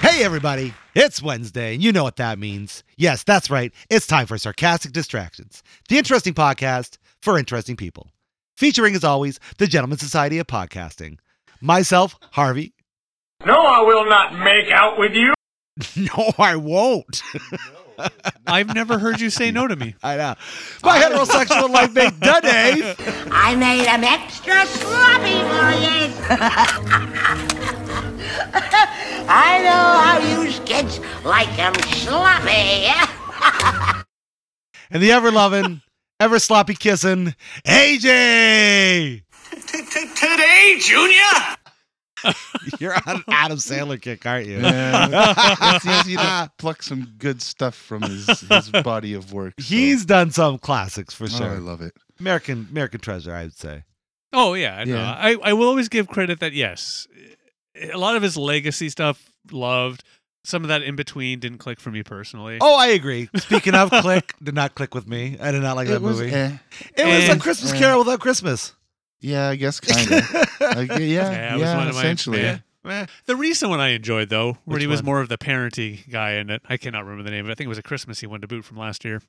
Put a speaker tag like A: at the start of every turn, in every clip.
A: Hey, everybody. It's Wednesday, and you know what that means. Yes, that's right. It's time for Sarcastic Distractions, the interesting podcast for interesting people. Featuring, as always, the Gentleman Society of Podcasting. Myself, Harvey.
B: No, I will not make out with you.
A: No, I won't.
C: I've never heard you say no to me.
A: I know. My heterosexual life mate, the Dave.
D: I made 'em extra sloppy for you. I know how you kids like 'em sloppy.
A: And the ever loving, ever sloppy kissing, AJ.
B: Today, Junior.
A: You're on an Adam Sandler kick, aren't you?
E: Yeah. it's easy to pluck some good stuff from his, his body of work. so-
A: He's done some classics for
E: Oh,
A: sure.
E: I love it.
A: American American treasure, I would say.
C: Oh yeah, I know.
E: Yeah.
C: I I will always give credit that yes, a lot of his legacy stuff loved. Some of that in between didn't click for me personally.
A: Oh, I agree. Speaking of click, did not click with me. I did not like that
E: it was,
A: movie.
E: eh.
A: it was a
C: and-
A: Christmas
E: eh.
A: Carol without Christmas.
E: Yeah, I guess kind of.
C: Yeah,
E: yeah, yeah,
C: it was one of my-
E: essentially.
C: yeah.
A: Meh.
C: The recent one I enjoyed though, where
A: Which
C: he was
A: one?
C: more of the parenty guy in it. I cannot remember the name, but I think it was a Christmassy one to boot from last year.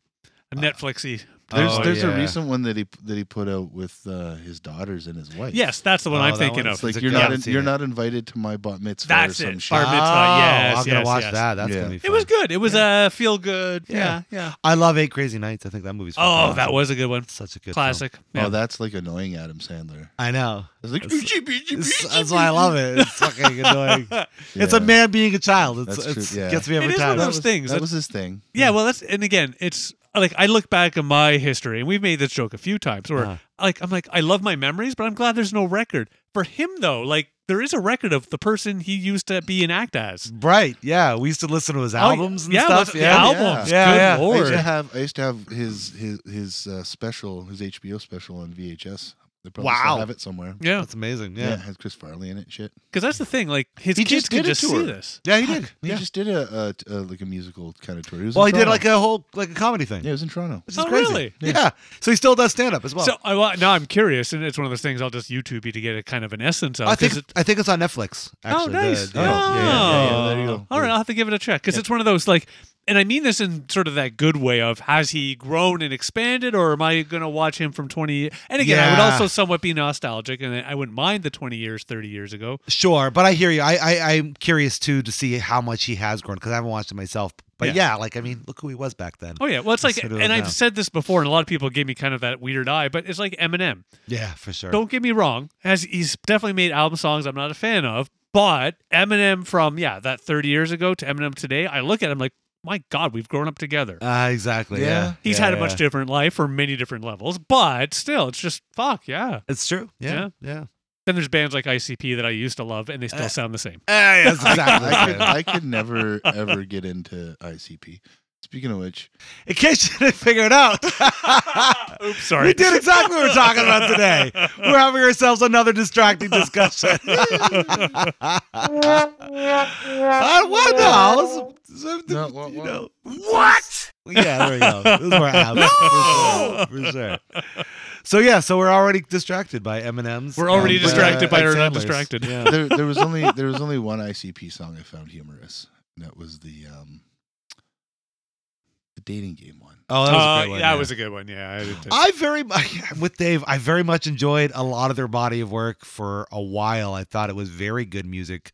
C: A Netflixy.
E: There's
A: Oh,
E: there's
A: yeah.
E: a recent one that he that he put out with uh, his daughters and his wife.
C: Yes, that's the one
A: Oh,
C: I'm
A: that
C: thinking
A: one's
C: of.
E: It's like
A: It's a
E: you're
A: good-
E: not
A: I've
E: in,
A: seen
E: you're
A: it.
E: not invited to my bat mitzvah
C: That's
E: or some
C: it.
E: shit.
C: Bar mitzvah.
A: Oh,
C: yes,
A: I'm gonna
C: yes,
A: watch
C: yes.
A: that. That's
E: Yeah.
A: gonna be fun.
C: It was good. It was a uh, feel good.
A: Yeah.
C: Yeah, yeah.
A: I love Eight Crazy Nights. I think that movie's. fucking
C: Oh, that
A: awesome.
C: was a good one.
A: such a good film.
C: Classic. Yeah.
E: Oh, that's like annoying Adam Sandler.
A: I know.
E: It's like
A: It's- that's why I love it. It's fucking annoying. It's a
E: Yeah.
A: man being a child. It's,
E: That's true,
A: it's
E: yeah.
A: gets me
C: It
A: every
C: is
A: time.
C: one of
E: That
C: those
E: was-
C: things.
E: That was his thing.
C: Yeah, well, that's and again, it's like I look back at my history, and we've made this joke a few times. Where
A: Uh-huh.
C: like I'm like I love my memories, but I'm glad there's no record for him though. Like there is a record of the person he used to be and act as.
A: Right? Yeah, we used to listen to his albums and
C: Oh, yeah,
A: stuff.
C: the-
A: Yeah,
C: the albums.
A: Yeah,
C: good
A: yeah.
E: I used
C: lord.
E: to have I used to have his his his uh, special his HBO special on VHS. They probably
A: Wow.
E: still have it somewhere.
C: Yeah,
A: that's amazing.
E: Yeah,
A: Yeah,
E: it has Chris Farley in it. and Shit.
C: because that's the thing. Like his
E: He
C: kids
E: just
C: can
E: did a
C: just see
E: tour.
C: this.
A: yeah, he did.
E: He
A: Yeah.
E: just did a, a, a like a musical kind of tour. He was in
A: Well, he did
E: Toronto.
A: like a whole like a comedy thing.
E: yeah, it was in Toronto.
A: Which is
C: Oh,
A: crazy.
C: really?
A: Yeah. So he still does stand up as well.
C: so I, well, now I'm curious, and it's one of those things I'll just YouTube you to get a kind of an essence of.
A: I think
C: 'cause it-
A: I think it's on Netflix. Actually,
C: oh, nice.
A: The-
C: oh.
A: the- yeah, yeah, yeah, yeah.
E: yeah, there you go.
C: All right, I'll have to give it a check because it's one of those like, and I mean this in sort of that good way of has he grown and expanded, or am I going to watch him from twenty? And again, I would
A: Yeah.
C: also somewhat be nostalgic, and I wouldn't mind the twenty years, thirty years ago.
A: Sure, but I hear you. I, I I'm curious too to see how much he has grown because I haven't watched it myself. But yeah.
C: Yeah.
A: like I mean, look who he was back then.
C: Oh yeah, well it's like,
A: Consider it
C: and
A: now.
C: I've said this before, and a lot of people gave me kind of that weird eye, but it's like Eminem.
A: Yeah, for sure.
C: Don't get me wrong, as he's definitely made album songs I'm not a fan of, but Eminem from yeah that thirty years ago to Eminem today, I look at him like, my God, we've grown up together.
A: Ah, exactly. Yeah,
E: Yeah.
C: He's
A: Yeah,
C: had a
A: yeah.
C: much different life or many different levels, but still, it's just fuck yeah.
A: It's true. Yeah, yeah.
C: Then there's bands like ICP that I used to love, and they still
A: Uh,
C: sound the same.
A: Ah, yeah, that's exactly.
E: I
A: the
E: could,
A: same.
E: I could never ever get into ICP. Speaking of which,
A: In case you didn't figure it out,
C: Oops,
A: we
C: sorry.
A: did exactly what we're talking about today. We're having ourselves another distracting discussion. Uh, I don't know. It's- it's-
E: No, what-
A: you
E: what?
A: know.
B: What?
A: Yeah, there we go. This is where abs.
C: No!
A: For sure. For sure. So yeah, so we're already distracted by Eminem's.
C: We're already
A: and, uh,
C: distracted by
A: and
C: our
A: Sandler's.
C: not distracted. Yeah.
E: there there was only there was only one ICP song I found humorous, and that was the um the dating game one.
A: Oh, that was a great one.
C: Uh, yeah,
A: yeah.
C: it was a good one. Yeah, I did too.
A: I very mu- I'm with Dave. I very much enjoyed a lot of their body of work for a while. I thought it was very good music.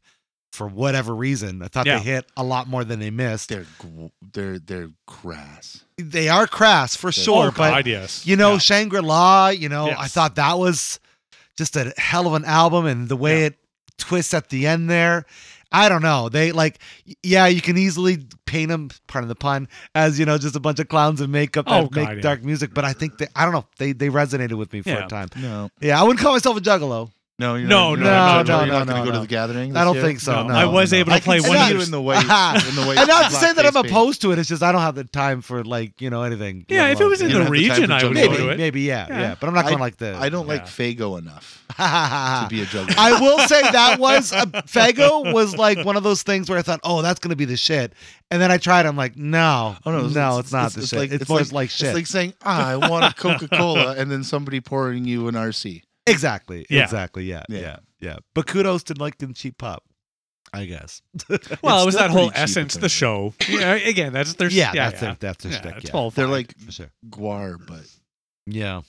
A: For whatever reason, I thought
C: Yeah.
A: they hit a lot more than they missed.
E: They're gr- they're they're grass.
A: They are crass for
E: They're-
A: sure,
C: oh,
A: but
C: God, yes.
A: you know
C: Yeah.
A: Shangri La. You know, I
C: Yes.
A: thought that was just a hell of an album, and the way
C: Yeah.
A: it twists at the end there. I don't know. They like, y- yeah, you can easily paint them, pardon the pun, as you know, just a bunch of clowns in makeup that
C: Oh, God,
A: make
C: yeah.
A: dark music. But I think they, I don't know, they they resonated with me for
C: Yeah.
A: a time.
E: No,
A: Yeah, I wouldn't call myself a juggalo.
E: no, you're
C: No,
E: not,
C: no,
E: you're not,
A: no,
E: you're
A: no,
E: not
A: no,
E: going to go
A: no.
E: to the gathering.
A: I don't
E: this year?
A: think so.
C: No,
A: no,
C: I was
A: no.
C: able to
E: I can
C: play
E: see
C: one
A: of
E: you
A: those-
E: in the white. in the white
A: And not to say that I'm
E: blackface paint.
A: opposed to it. It's just I don't have the time for like you know anything.
C: Yeah,
A: let
C: if it was
A: alone-
C: in
E: You don't
C: the
E: have the time
C: region,
E: for
C: I would
E: juggling.
C: go to
A: maybe,
C: it.
A: maybe, yeah, yeah,
C: Yeah.
A: But I'm not going
E: I-
A: like the.
E: I don't like
C: Yeah.
E: Fago enough to
A: I
E: be a juggler.
A: will say that was a, Fago was like one of those things where I thought, oh, that's gonna be the shit, and then I tried. I'm like, no,
E: Oh no,
A: no, it's, not the shit. it's, more like, shit.
E: It's like saying, ah, I want a Coca Cola, and then somebody pouring you an RC.
A: exactly,
C: Yeah.
A: exactly, yeah, yeah,
E: Yeah.
A: yeah, But kudos to like in cheap pop. I guess.
C: Well,
E: It's
C: it was
E: still
C: that whole
E: pretty cheap,
C: essence,
E: though.
C: the show. Yeah, again, that's their
A: yeah,
C: yeah,
A: that's
C: yeah.
A: their that's their
C: Yeah,
A: shtick,
C: it's
A: yeah.
C: all
E: They're
C: fine.
E: like
A: For sure.
E: guar, but
A: Yeah.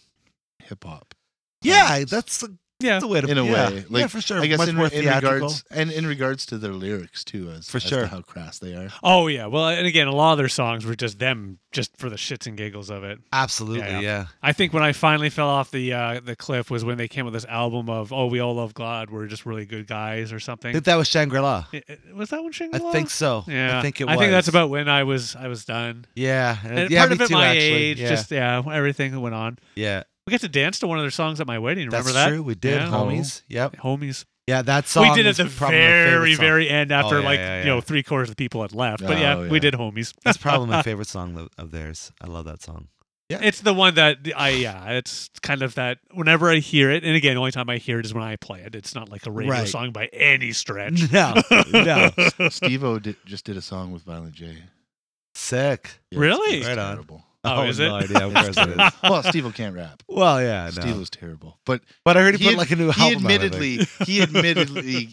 E: hip hop.
A: Yeah, that's, a-
C: yeah,
A: that's a way to
E: In a
A: yeah.
E: way,
A: yeah,
E: like,
A: for sure.
E: I guess
A: Much
E: in,
A: more
E: in
A: theatrical.
E: regards and in regards to their lyrics too, as
A: For
E: as to
A: sure.
E: how crass they are.
C: Oh yeah. Well, and again, a lot of their songs were just them, just for the shits and giggles of it.
A: Absolutely,
C: Yeah,
A: yeah.
C: I think when I finally fell off the uh, the cliff was when they came with this album of "Oh, we all love God, we're just really good guys" or
A: I
C: something.
A: think that was Shangri-La.
C: I- I- was that one
A: I
C: Shangri-La?
A: think so.
C: Yeah,
A: I think it
C: I
A: was.
C: think that's about when I was I was done.
A: Yeah.
C: And
A: yeah,
C: part
A: me
C: of it,
A: too,
C: my
A: actually.
C: age,
A: yeah.
C: just yeah, everything that went on.
A: yeah.
C: We got to dance to one of their songs at my wedding. Remember
A: That's
C: that?
A: true. We did,
C: Yeah.
A: homies. Yep.
C: Homies.
A: Yeah, that song.
C: we did at
A: is
C: the
A: probably my favorite
C: very,
A: song. Oh,
C: very end after
A: yeah,
C: like
A: yeah,
C: you
A: yeah.
C: know three quarters of the people had left. But yeah,
E: Oh,
C: we
E: yeah.
C: did homies.
A: That's probably my favorite song tho- of theirs. I love that song.
C: It's the one that I yeah. It's kind of that whenever I hear it, and again, the only time I hear it is when I play it. It's not like a radio
A: Right.
C: song by any stretch. Oh,
A: No, no,
E: Steve O did, just did a song with Violent J.
A: sick.
E: Yeah,
C: Really?
E: It's, it's
A: Right on.
E: terrible.
C: Oh,
A: I have
C: is
A: no
C: it?
A: idea. Of course it is.
E: Well, Steve O can't rap.
A: Well, yeah,
E: Steve
A: no.
E: O's terrible, but
A: But I heard he,
E: he
A: put like a new
E: he
A: album. out, I think.
E: admittedly he admittedly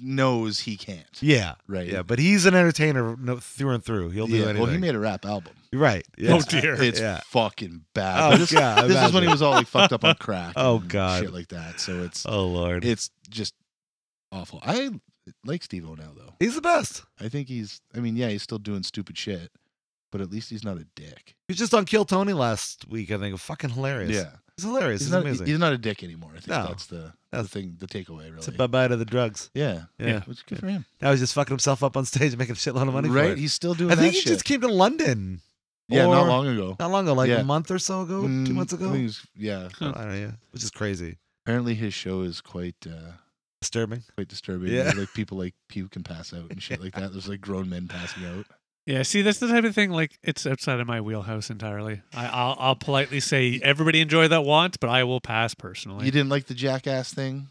E: knows he can't.
A: yeah,
E: Right.
A: yeah. But he's an entertainer no, through and through. He'll do
E: Yeah,
A: anything.
E: well, he made a rap album.
A: right. Yeah.
C: Oh dear.
E: It's
A: Yeah.
E: fucking
A: Oh,
E: bad. But this
A: yeah,
E: this is when he
A: imagine.
E: was all like fucked up on crack.
A: Oh,
E: and
A: God.
E: shit like that. So it's
A: Oh lord,
E: it's just awful. I like Steve O now though.
A: he's the best.
E: I think he's. I mean, yeah, he's still doing stupid shit, but at least he's not a dick.
A: He was just on Kill Tony last week. I think fucking hilarious. he's hilarious.
E: he's,
A: He's,
E: not.
A: amazing.
E: He's not a dick anymore. I think
A: No.
E: that's the, the
A: That's-
E: thing. The takeaway really.
A: it's a bye bye to the drugs.
E: yeah.
A: Yeah.
E: Which is good for him.
A: Now he's just fucking himself up on stage and making a shitload of money. for
E: right?
A: it.
E: He's still doing.
A: I think
E: that
A: he
E: shit.
A: just came to London
E: Yeah, not
A: or-
E: long ago.
A: not long ago, like
E: Yeah.
A: a month or so ago, two
E: Mm,
A: months
E: I
A: ago.
E: think it was- yeah.
A: I don't know, yeah, which is crazy,
E: Apparently, his show is quite uh,
A: disturbing.
E: quite disturbing.
A: Yeah.
E: There's, Like people like puke and pass out and shit like that. There's like grown men passing out.
C: Yeah, see, that's the type of thing like it's outside of my wheelhouse entirely. I, I'll, I'll politely say everybody enjoy that once, but I will pass
A: Oh,
C: personally.
E: You didn't like the jackass thing?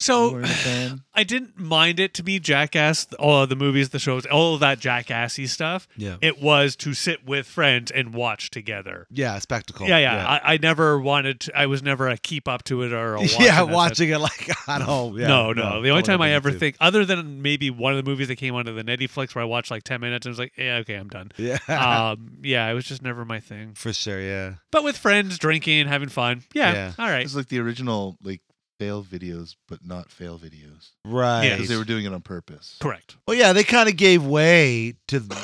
E: you
C: so
E: weren't a fan.
C: I didn't mind it to be jackass. All of the movies, the shows, all of that jackassy stuff.
A: Yeah,
C: It was to sit with friends and watch together.
A: yeah, a spectacle.
C: Yeah, yeah. I, I never wanted. To, I was never a keep up to it or a
A: yeah,
C: watch
A: yeah,
C: it.
A: watching it like I don't. Yeah,
C: no, no. The
A: don't
C: only time I
A: need
C: ever
A: to.
C: think, other than maybe one of the movies that came onto the Netflix where I watched like ten minutes and was like, yeah, okay, I'm done.
A: yeah,
C: um, yeah, it was just never my thing.
A: for sure, yeah,
C: But with friends, drinking, having fun, yeah,
A: Yeah.
C: all right.
E: It's like the original like fail videos, but not fail videos
A: right.
C: Yeah,
E: because they were doing it on purpose.
C: Correct.
A: well, yeah, they kind of gave way to th-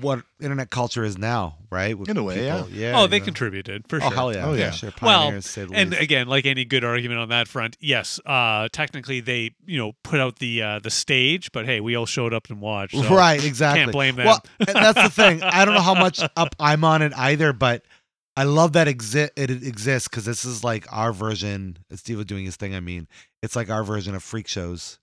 A: what internet culture is now, right? With
E: In a way,
A: people- yeah.
C: oh,
A: you
C: they
A: know.
C: contributed for
A: Oh
C: sure.
A: hell yeah,
E: Oh,
A: for
E: yeah.
A: sure.
C: Well,
A: Pioneers, say the
C: And
A: least.
C: again, like any good argument on that front, yes, uh, technically they, you know, put out the uh, the stage, but hey, we all showed up and watched. so
A: right, exactly.
C: Can't blame them.
A: Well, and that's the thing. I don't know how much up I'm on it either, but I love that exi- it exists because this is like our version. Steve was doing his thing. I mean, it's like our version of freak shows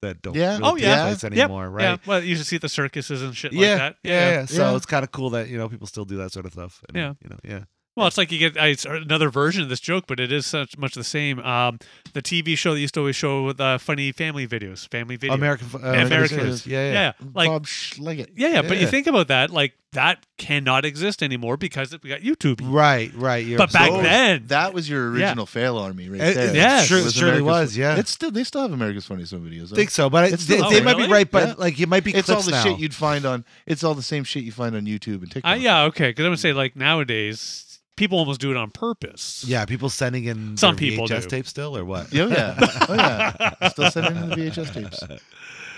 A: that don't
E: Yeah.
A: really
C: Oh,
A: take
C: yeah.
A: place
C: Yep.
A: anymore, right?
C: Yeah, well, you should see the circuses and shit
A: yeah,
C: like that.
A: yeah, yeah. So
E: Yeah.
A: it's kind of cool that you know people still do that sort of stuff. And,
C: Yeah.
A: you know, yeah.
C: Well, it's like you get I, it's another version of this joke, but it is such much the same. Um, the TV show that used to always show with uh, funny family videos, family videos.
A: American, f- uh,
C: American
A: Kids. yeah, yeah,
C: yeah, like
E: Bob Schleggett.
C: yeah, yeah, But
A: Yeah.
C: you think about that, like that cannot exist anymore because we got YouTube.
A: right, right. You're
C: But back
A: absolutely-
C: then,
E: Oh, That was your
C: Yeah.
E: original fail army right
A: It-
E: there.
A: it
C: Yes.
A: sure-
E: Was
A: surely
E: America's-
A: was, yeah.
E: It's still they still have America's Funniest Home Videos. though.
A: think so, but I,
E: It's
A: they,
E: still-
A: they
C: Oh,
A: might be
C: really?
A: right. But
E: Yeah.
A: like it might be
E: it's all
A: clips
E: the
A: now.
E: shit you'd find on. It's all the same shit you find on YouTube and TikTok.
C: uh, yeah, okay. Because I'm gonna say like nowadays, people almost do it on purpose.
A: Yeah, people sending in
C: Some
A: their
C: people
A: VHS
C: do.
A: tape still or what?
E: Yeah, Oh yeah. Oh yeah. Still sending in the VHS tapes.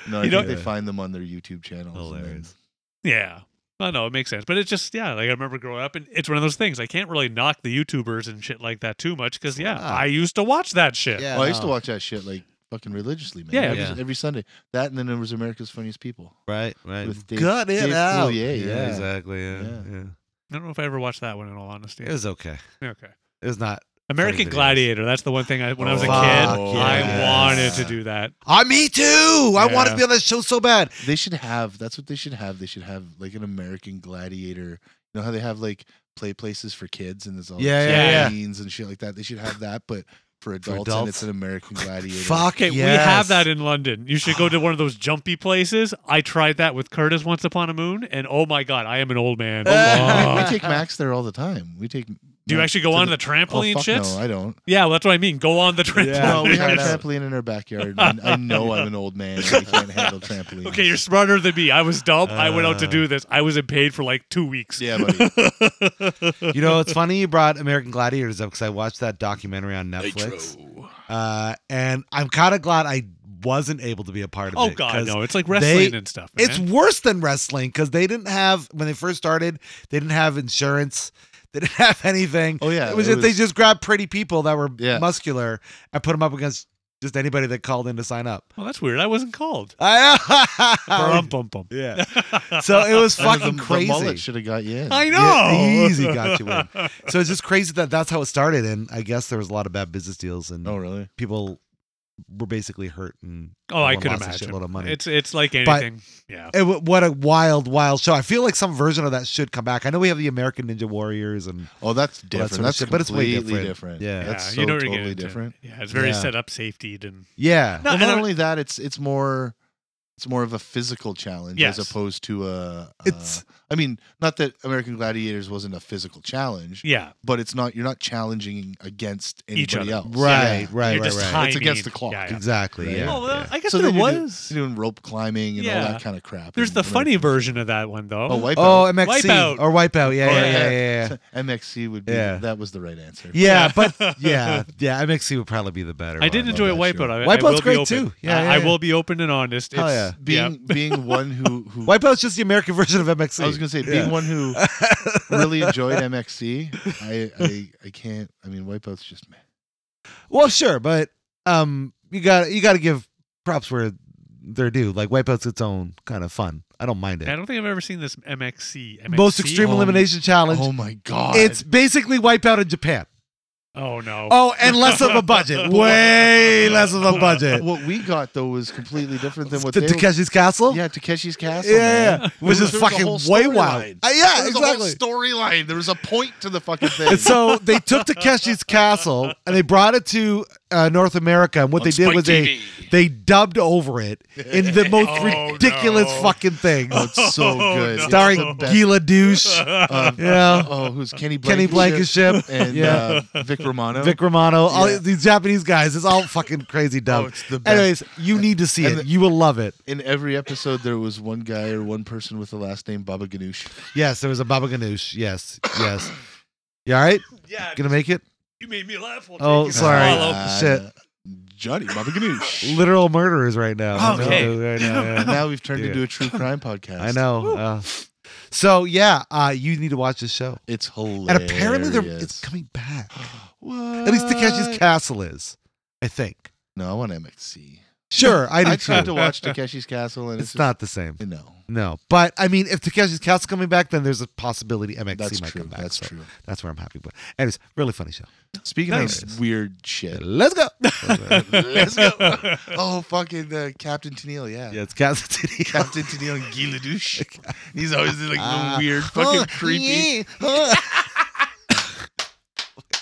E: No, I
C: You
E: think
A: know-
E: they find them on their YouTube channels. and then-
A: Hilarious.
C: Yeah. I know it makes sense, but it's just yeah. Like I remember growing up, and it's one of those things. I can't really knock the YouTubers and shit like that too much because yeah,
A: Wow.
C: I used to watch that shit.
A: Yeah,
E: Well, I used to
A: no.
E: watch that shit like fucking religiously, man.
C: Yeah.
E: every,
A: Yeah.
E: every Sunday. That and then there was America's Funniest People.
A: Right, right.
E: With Dave-
A: Cut it
E: Dave
A: out.
E: Coulier, yeah.
A: exactly. Yeah, yeah.
E: Yeah.
C: I don't know if I ever watched that one. In all honesty,
A: It was okay.
C: okay.
A: It was not.
C: American
A: videos.
C: Gladiator. That's the one thing I when I was a kid,
A: Fuck
C: I
A: yes.
C: wanted to do that.
A: Ah, me too. I wanted to
C: Yeah.
A: be on that show so bad.
E: They should have. That's what they should have. They should have like an American Gladiator. You know how they have like play places for kids and there's all
A: Yeah,
E: like,
C: yeah, yeah.
E: scenes and shit like that. They should have that, but for adults, and
A: adults.
E: it's an American Gladiator.
A: Fuck
C: Okay,
A: it.
C: we have that in London. You should go to one of those jumpy places. I tried that with Curtis once upon a moon, and oh my god, I am an old man.
E: We-
C: Oh,
E: we take Max there all the time. We take
C: Do you
E: No,
C: actually go
E: to
C: on
E: the-
C: the trampoline
E: oh, fuck
C: shits?
E: No, I don't.
C: yeah, well, that's what I mean. Go on the trampoline.
F: Yeah,
A: Oh,
E: well, we have a
F: I know.
E: trampoline in our backyard. And I know I'm an old man. And I can't handle trampolines.
C: Okay, you're smarter than me. I was dumb. I went out to
A: Uh.
C: do this. I was in paid for like two weeks.
E: Yeah, buddy.
A: You know, it's funny you brought American Gladiators up because I watched that documentary on Netflix, uh, and I'm kind of glad I wasn't able to be a part of
C: Oh
A: it.
C: god,
A: 'cause
C: no! It's like wrestling
A: they-
C: and stuff. Man.
A: It's worse than wrestling because they didn't have when they first started. They didn't have insurance. They didn't have anything.
E: Oh, yeah,
A: it was,
E: it
A: just, they
E: was-
A: just grabbed pretty people that were
E: Yeah.
A: muscular and put them up against just anybody that called in to sign up.
C: well, Oh, that's weird. I wasn't called.
A: I-
C: Brum, bum, bum.
A: yeah. So it was
E: I know
A: fucking
E: the,
A: crazy.
E: The mullet should have got you in.
C: I know.
A: Yeah, easy got you in. So it's just crazy that that's how it started, and I guess there was a lot of bad business deals, and
E: Oh, really?
A: people were basically hurt. And
C: Oh, I
A: everyone
C: could
A: lost a
C: imagine.
A: shitload of money.
C: It's it's like anything. yeah.
A: It wa- what a wild, wild show! I feel like some version of that should come back. I know we have the American Ninja Warriors, and
E: Oh, that's
A: Well, that's
E: different.
A: what
E: that's
A: it- but it's way
E: completely
A: different.
E: different.
A: Yeah.
E: that's
C: yeah,
E: so
C: you don't really get
E: totally
C: into it.
E: different.
C: Yeah, it's very
A: Yeah.
C: set up, safety, and
A: yeah,
C: No,
E: well,
C: and
E: not
C: I-
E: only that, it's it's more it's more of a physical challenge
C: Yes.
E: as opposed to a. a-
A: It's-
E: I mean, not that American Gladiators wasn't a physical challenge,
C: yeah,
E: but it's not. You're not challenging against anybody
C: Each other.
E: else.
A: right,
E: Yeah.
A: right,
C: you're
A: right,
C: just
A: right.
C: high
E: It's against
C: need.
E: the clock.
C: Yeah, yeah.
A: exactly.
E: Right.
A: Yeah,
C: Oh, Well,
A: yeah.
C: I guess
E: So
C: there
E: then you're do-
C: was.
E: you're doing rope climbing and
C: Yeah.
E: all that kind of crap.
C: There's
E: and
C: the
E: when
C: funny
E: it-
C: version of that one though.
E: Oh, wipeout.
A: Oh, MXC
C: Wipeout.
A: or Wipeout. Yeah,
E: Oh,
A: yeah, yeah,
E: yeah.
A: yeah. yeah.
E: MXC would be
A: Yeah.
E: that was the right answer.
A: Yeah, but yeah, yeah, MXC would probably be the better.
C: I did
A: one.
C: enjoy
E: that
C: Wipeout.
E: show.
C: I, I
A: Wipeout's
C: will be
A: great,
C: open.
A: too. Yeah,
C: I-
A: yeah,
C: I
A: yeah.
C: will be open and honest. It's,
A: Hell
E: Being being one who who
A: Wipeout's just the American version of MXC.
E: I was gonna say being
A: Yeah.
E: one who really enjoyed MXC. I, I I can't. I mean, Wipeout's just meh.
A: Well, sure, but um, you got you got to give props where they're due. Like Wipeout's its own kind of fun. I don't mind it.
C: yeah. I don't think I've ever seen this MXC. MXC?
A: Most extreme
E: Oh,
A: elimination challenge.
E: Oh my god!
A: it's basically Wipeout in Japan.
C: Oh no.
A: Oh, and less of a budget. Way less of a budget.
E: what we got though was completely different than what
A: The
E: they.
A: Takeshi's Castle.
E: yeah, Takeshi's Castle.
A: yeah, yeah.
E: man.
A: which
E: There
A: is
E: was a
A: fucking
E: whole
A: way wild.
E: storyline.
A: Uh, yeah,
E: There was
A: exactly.
E: a whole storyline. There was a point to the fucking thing.
A: And so they took Takeshi's Castle and they brought it to uh, North America. And what they did was they they dubbed over it in the most
C: Oh,
A: ridiculous
C: no.
A: fucking things,
E: oh, it's so good. It's
A: starring
E: the best.
A: Gila Douche,
E: Um,
A: yeah,
E: oh, who's Kenny
A: Kenny
E: Blankenship
A: Blankenship,
E: and
A: yeah.
E: uh, Vic Romano.
A: Vic Romano, all
E: Yeah.
A: these Japanese guys. It's all fucking crazy dumb.
E: Oh, it's the best.
A: Anyways, you need to see
E: And
A: it.
E: the-
A: you will love it.
E: In every episode, there was one guy or one person with the last name Baba Ganoush.
A: Yes, there was a Baba Ganoush. Yes, yes. You all right?
C: yeah.
A: Gonna make it?
C: You made me laugh. We'll
A: Oh,
C: take it.
A: sorry.
C: Swallow.
A: Shit.
E: Uh, Johnny Baba Ganoush.
A: Literal murderers right now.
C: Okay.
A: Right now, yeah.
E: now we've turned
A: Dude.
E: into a true crime podcast.
A: I know. Uh, so yeah, uh, you need to watch this show.
E: It's hilarious.
A: And apparently, they're, it's coming back.
E: What?
A: At least Takeshi's Castle is, I think.
E: No, I want MXC.
A: Sure, I do
E: I
A: too.
E: tried to watch Takeshi's Castle, and
A: it's
E: it's,
A: not the same.
E: just- no.
A: No, but I mean, if Takeshi's Castle's coming back, then there's a possibility MXC
E: That's
A: might
E: true.
A: come back.
E: That's
A: so
E: true.
A: That's where I'm happy. But anyways, really funny show.
E: Speaking
A: Nice.
E: of weird shit,
A: Let's go.
E: let's go. Oh, fucking uh, Captain Tennille, yeah.
A: yeah, it's Castle City.
E: Captain Tennille and Guy Lelouch. He's always like
A: Ah.
E: the weird, fucking creepy.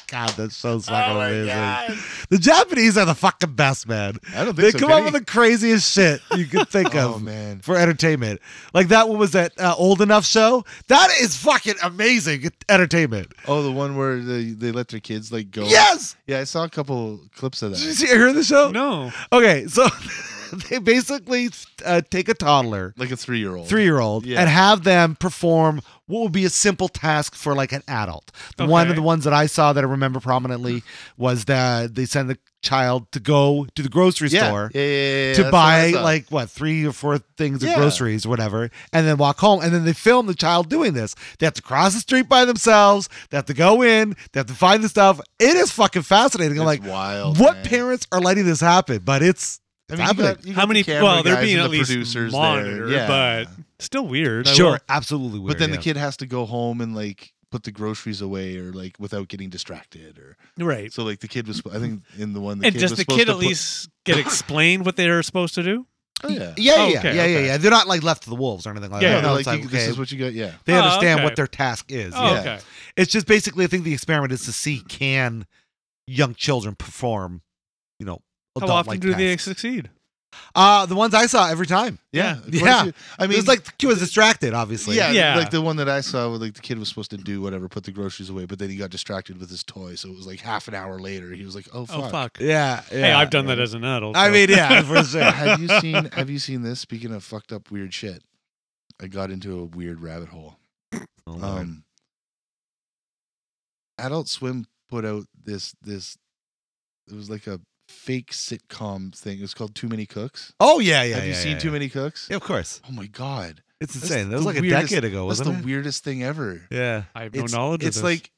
A: God, that show's
E: Oh,
A: fucking amazing. The Japanese are the fucking best, man.
E: I don't think
A: They
E: so.
A: come
E: could
A: up
E: he?
A: with the craziest shit you could think
E: Oh
A: of.
E: man.
A: for entertainment. Like that one was that uh, old enough show. That is fucking amazing entertainment.
E: Oh, the one where they, they let their kids like go.
A: Yes.
E: Yeah, I saw a couple clips of
A: Did you
E: that.
A: see, hear the show?
C: No.
A: Okay, so they basically uh, take a toddler,
E: Like a three year old.
A: three year old,
E: Yeah.
A: and have them perform what would be a simple task for like an adult. The One of
C: Okay.
A: the ones that I saw that I remember prominently was that they send the child to go to the grocery
E: yeah.
A: store.
E: Yeah, yeah, yeah, yeah,
A: to
E: that's what I
A: buy
E: saw.
A: like what three or four things of
E: Yeah.
A: groceries or whatever and then walk home and then they film the child doing this they have to cross the street by themselves they have to go in they have to find the stuff it is fucking fascinating i'm
E: It's
A: like
E: wild.
A: what
E: man.
A: parents are letting this happen but it's
E: I
A: it's
E: mean, you
A: happening
E: got, you got
C: How
E: the
C: many?
E: camera
C: Well, they're
E: guys
C: being
E: and
C: at
E: the
C: least
E: producers
C: monitored,
E: there. Yeah.
C: but still weird. I
A: sure
C: will-
A: absolutely weird,
E: but then
A: yeah.
E: the kid has to go home and like put the groceries away or like without getting distracted or
C: Right.
E: so like the kid was I think in the one the
C: and
E: kid
C: does
E: was
C: the
E: supposed
C: kid
E: to
C: at
E: put-
C: least get explained what they're supposed to do?
E: Oh, yeah.
A: yeah yeah,
C: Oh,
A: yeah,
C: okay,
A: yeah, yeah,
C: okay.
A: yeah. They're not like left to the wolves or anything like that.
C: Yeah,
E: they're
A: No,
E: like
A: it's like,
E: you-
A: okay,
E: this is what you got. Yeah,
A: they
C: Oh,
A: understand
C: okay.
A: what their task is.
C: Oh,
A: yeah.
C: okay.
A: It's just basically, I think the experiment is to see can young children perform, you know,
C: How
A: adult-like
C: often do
A: tasks.
C: they succeed?
A: Uh, the ones I saw every time.
E: Yeah,
C: Yeah.
E: of course
A: Yeah.
E: you-
A: I
E: I
A: mean,
E: mean,
A: it was like he was distracted, obviously.
E: yeah,
C: Yeah.
E: like the one that I saw, where like the kid was supposed to do whatever, put the groceries away, but then he got distracted with his toy, so it was like half an hour later. He was like, "Oh fuck."
C: Oh fuck.
A: Yeah.
C: hey,
A: yeah.
C: I've done that as an adult.
A: I
C: so-
A: mean, yeah, for sure.
E: have you seen Have you seen this? Speaking of fucked up weird shit, I got into a weird rabbit hole. Um, Adult Swim put out this this. It was like a fake sitcom thing. It was called Too Many Cooks.
A: oh yeah, yeah.
E: have you
A: yeah,
E: seen
A: yeah,
E: Too
A: yeah.
E: Many Cooks?
A: Yeah, of course.
E: Oh my god,
A: It's
E: That's
A: insane. That was
E: the
A: like a
E: weirdest-
A: decade ago,
E: that's
A: wasn't
E: the
A: it?
E: weirdest thing ever.
A: yeah.
C: I have no knowledge.
E: It's
C: of this.
E: like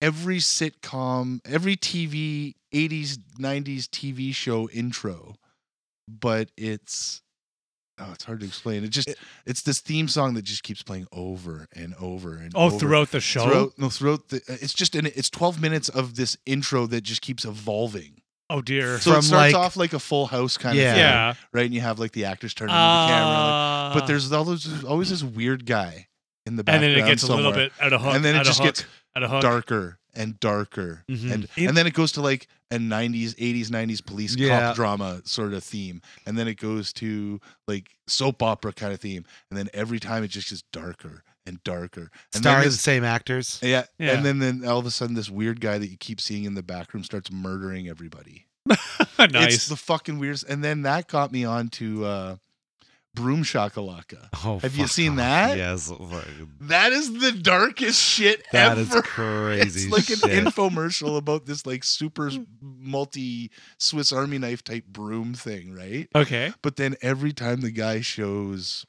E: every sitcom, every TV, 80s, 90s TV show intro, but it's oh, it's hard to explain. It just
A: It-
E: it's this theme song that just keeps playing over and over and
C: oh,
E: over.
C: throughout the show.
E: Throughout, no, throughout the uh, it's just an it's 12 minutes of this intro that just keeps evolving.
C: oh dear.
E: So
A: From
E: it
A: like-
E: starts off like a full house kind
A: Yeah.
E: of thing,
C: yeah.
E: right? And you have like the actors turning to the camera, like-
C: Uh,
E: but there's always always this weird guy in the
C: and
E: background
C: then it gets a little
E: somewhere.
C: bit out of hook.
E: and then
C: out
E: it
C: of
E: just
C: hook,
E: gets
C: out of hook. Mm-hmm.
E: darker and darker
A: Mhm.
E: and
C: It-
E: and then it goes to like a 90s 80s 90s police
A: Yeah.
E: cop drama sort of theme and then it goes to like soap opera kind of theme and then every time it just gets darker and darker and then
A: Starring the
E: this-
A: same actors.
E: yeah,
C: Yeah.
E: and then then all of a sudden this weird guy that you keep seeing in the back room starts murdering everybody it's
C: nice.
E: the fucking weirdest and then that got me on to uh broom shakalaka
A: Oh,
E: Have you
A: fuck
E: seen
A: off.
E: that?
A: Yes. fucking-
E: that is the darkest shit
A: That is
E: ever
A: crazy.
E: It's like an
A: shit. Hmm.
E: infomercial about this like super multi Swiss Army knife type broom thing, right?
C: okay.
E: But then every time the guy shows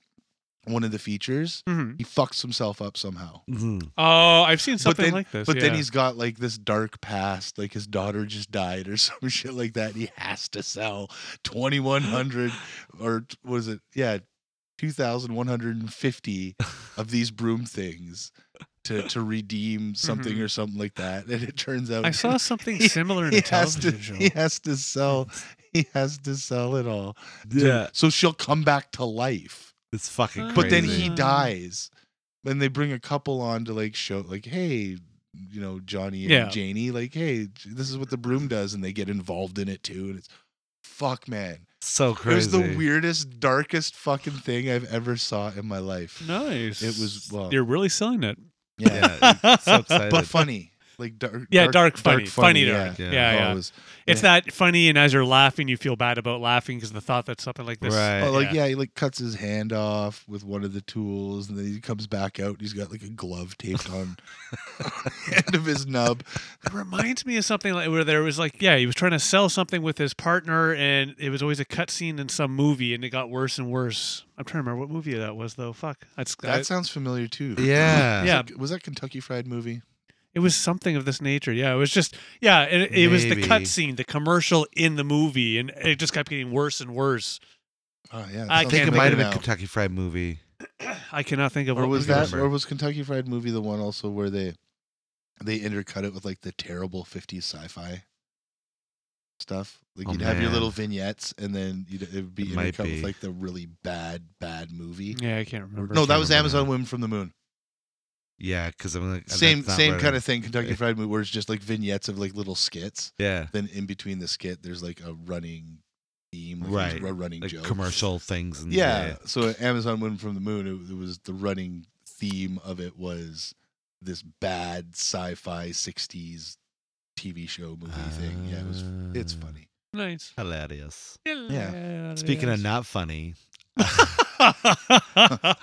E: one of the features,
C: Mhm.
E: he fucks himself up somehow.
A: Mhm.
C: Oh, I've seen something
E: but then,
C: like this.
E: but then
C: yeah.
E: he's got like this dark past, like his daughter just died or some shit like that. And he has to sell twenty one hundred or was it yeah, two thousand one hundred and fifty of these broom things to to redeem something or something like that. And it turns
C: Mm-hmm.
E: out
C: I saw something
E: he-
C: similar in
E: he
C: a
E: has to
C: television show.
E: he has to sell he has to sell it all. to-
A: Yeah.
E: so she'll come back to life.
A: It's fucking crazy.
E: But then he
C: Crazy.
E: dies. Then they bring a couple on to like show, like, hey, you know, Johnny and
C: Yeah.
E: Janie, like, hey, this is what the broom does, and they get involved in it too. And it's fuck, man,
A: so
E: it
A: crazy.
E: was the weirdest, darkest fucking thing I've ever saw in my life.
C: Nice.
E: It was well,
C: You're really selling it.
E: yeah,
A: Yeah. so excited.
E: but funny, like dark,
C: Yeah, dark funny, funny dark.
A: Yeah.
C: Yeah,
E: Oh,
C: yeah.
E: it was-
C: It's that funny, and as you're laughing, you feel bad about laughing because the thought that something like this.
A: Right.
E: Oh, like
C: Yeah.
E: yeah. he like cuts his hand off with one of the tools, and then he comes back out. And he's got like a glove taped on the end of his nub.
C: It reminds me of something like where there was like, yeah, he was trying to sell something with his partner, and it was always a cutscene in some movie, and it got worse and worse. I'm trying to remember what movie that was though. Fuck, that's
E: That
C: I-
E: sounds familiar too.
A: yeah.
C: yeah.
E: Was that Kentucky Fried Movie?
C: It was something of this nature. Yeah, it was just yeah. It, it was the
A: Maybe.
C: cutscene, the commercial in the movie, and it just kept getting worse and worse.
E: Oh yeah.
C: I
A: I
E: sounds
A: think it
E: familiar
A: might have been
E: now.
A: Kentucky Fried Movie.
C: I cannot think of
E: Or
C: what
E: was
C: movie it
E: that?
A: remember.
E: Or was Kentucky Fried Movie the one also where they they intercut it with like the terrible '50s sci-fi stuff? Like
A: Oh,
E: you'd have your
A: man.
E: little vignettes, and then you'd, it'd be
A: It might
E: intercut
A: be.
E: with like the really bad, bad movie.
C: Yeah, I can't remember.
E: No,
A: can't
E: that was
A: remember
E: Amazon
A: now.
E: Women from the Moon.
A: Yeah, because I'm like
E: same
A: that's not
E: same
A: right.
E: kind of thing. Kentucky
A: Yeah.
E: Fried Movie, where it's just like vignettes of like little skits.
A: Yeah,
E: Then in between the skit, there's like a running theme, like
A: Right.
E: a running
A: like
E: joke.
A: commercial things and
E: yeah. So Amazon Women from the Moon, it, it was the running theme of it was this bad sci-fi '60s TV show movie thing. Yeah, it was. It's
A: Ah.
E: funny.
C: Nice.
A: hilarious.
E: Yeah.
A: Speaking of not funny, uh,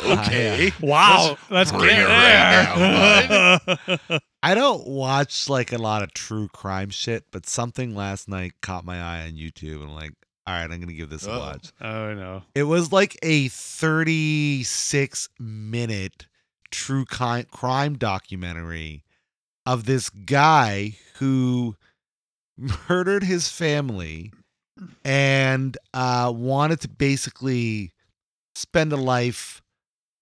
E: Okay.
C: wow, let's,
E: bring
C: get
E: it right
C: there.
A: I don't watch like a lot of true crime shit, but something last night caught my eye on YouTube, and I'm like, all right, I'm gonna give this a
E: Uh-oh.
A: watch.
C: oh no.
A: It was like a 36 minute true ki- crime documentary of this guy who murdered his family and uh, wanted to basically spend a life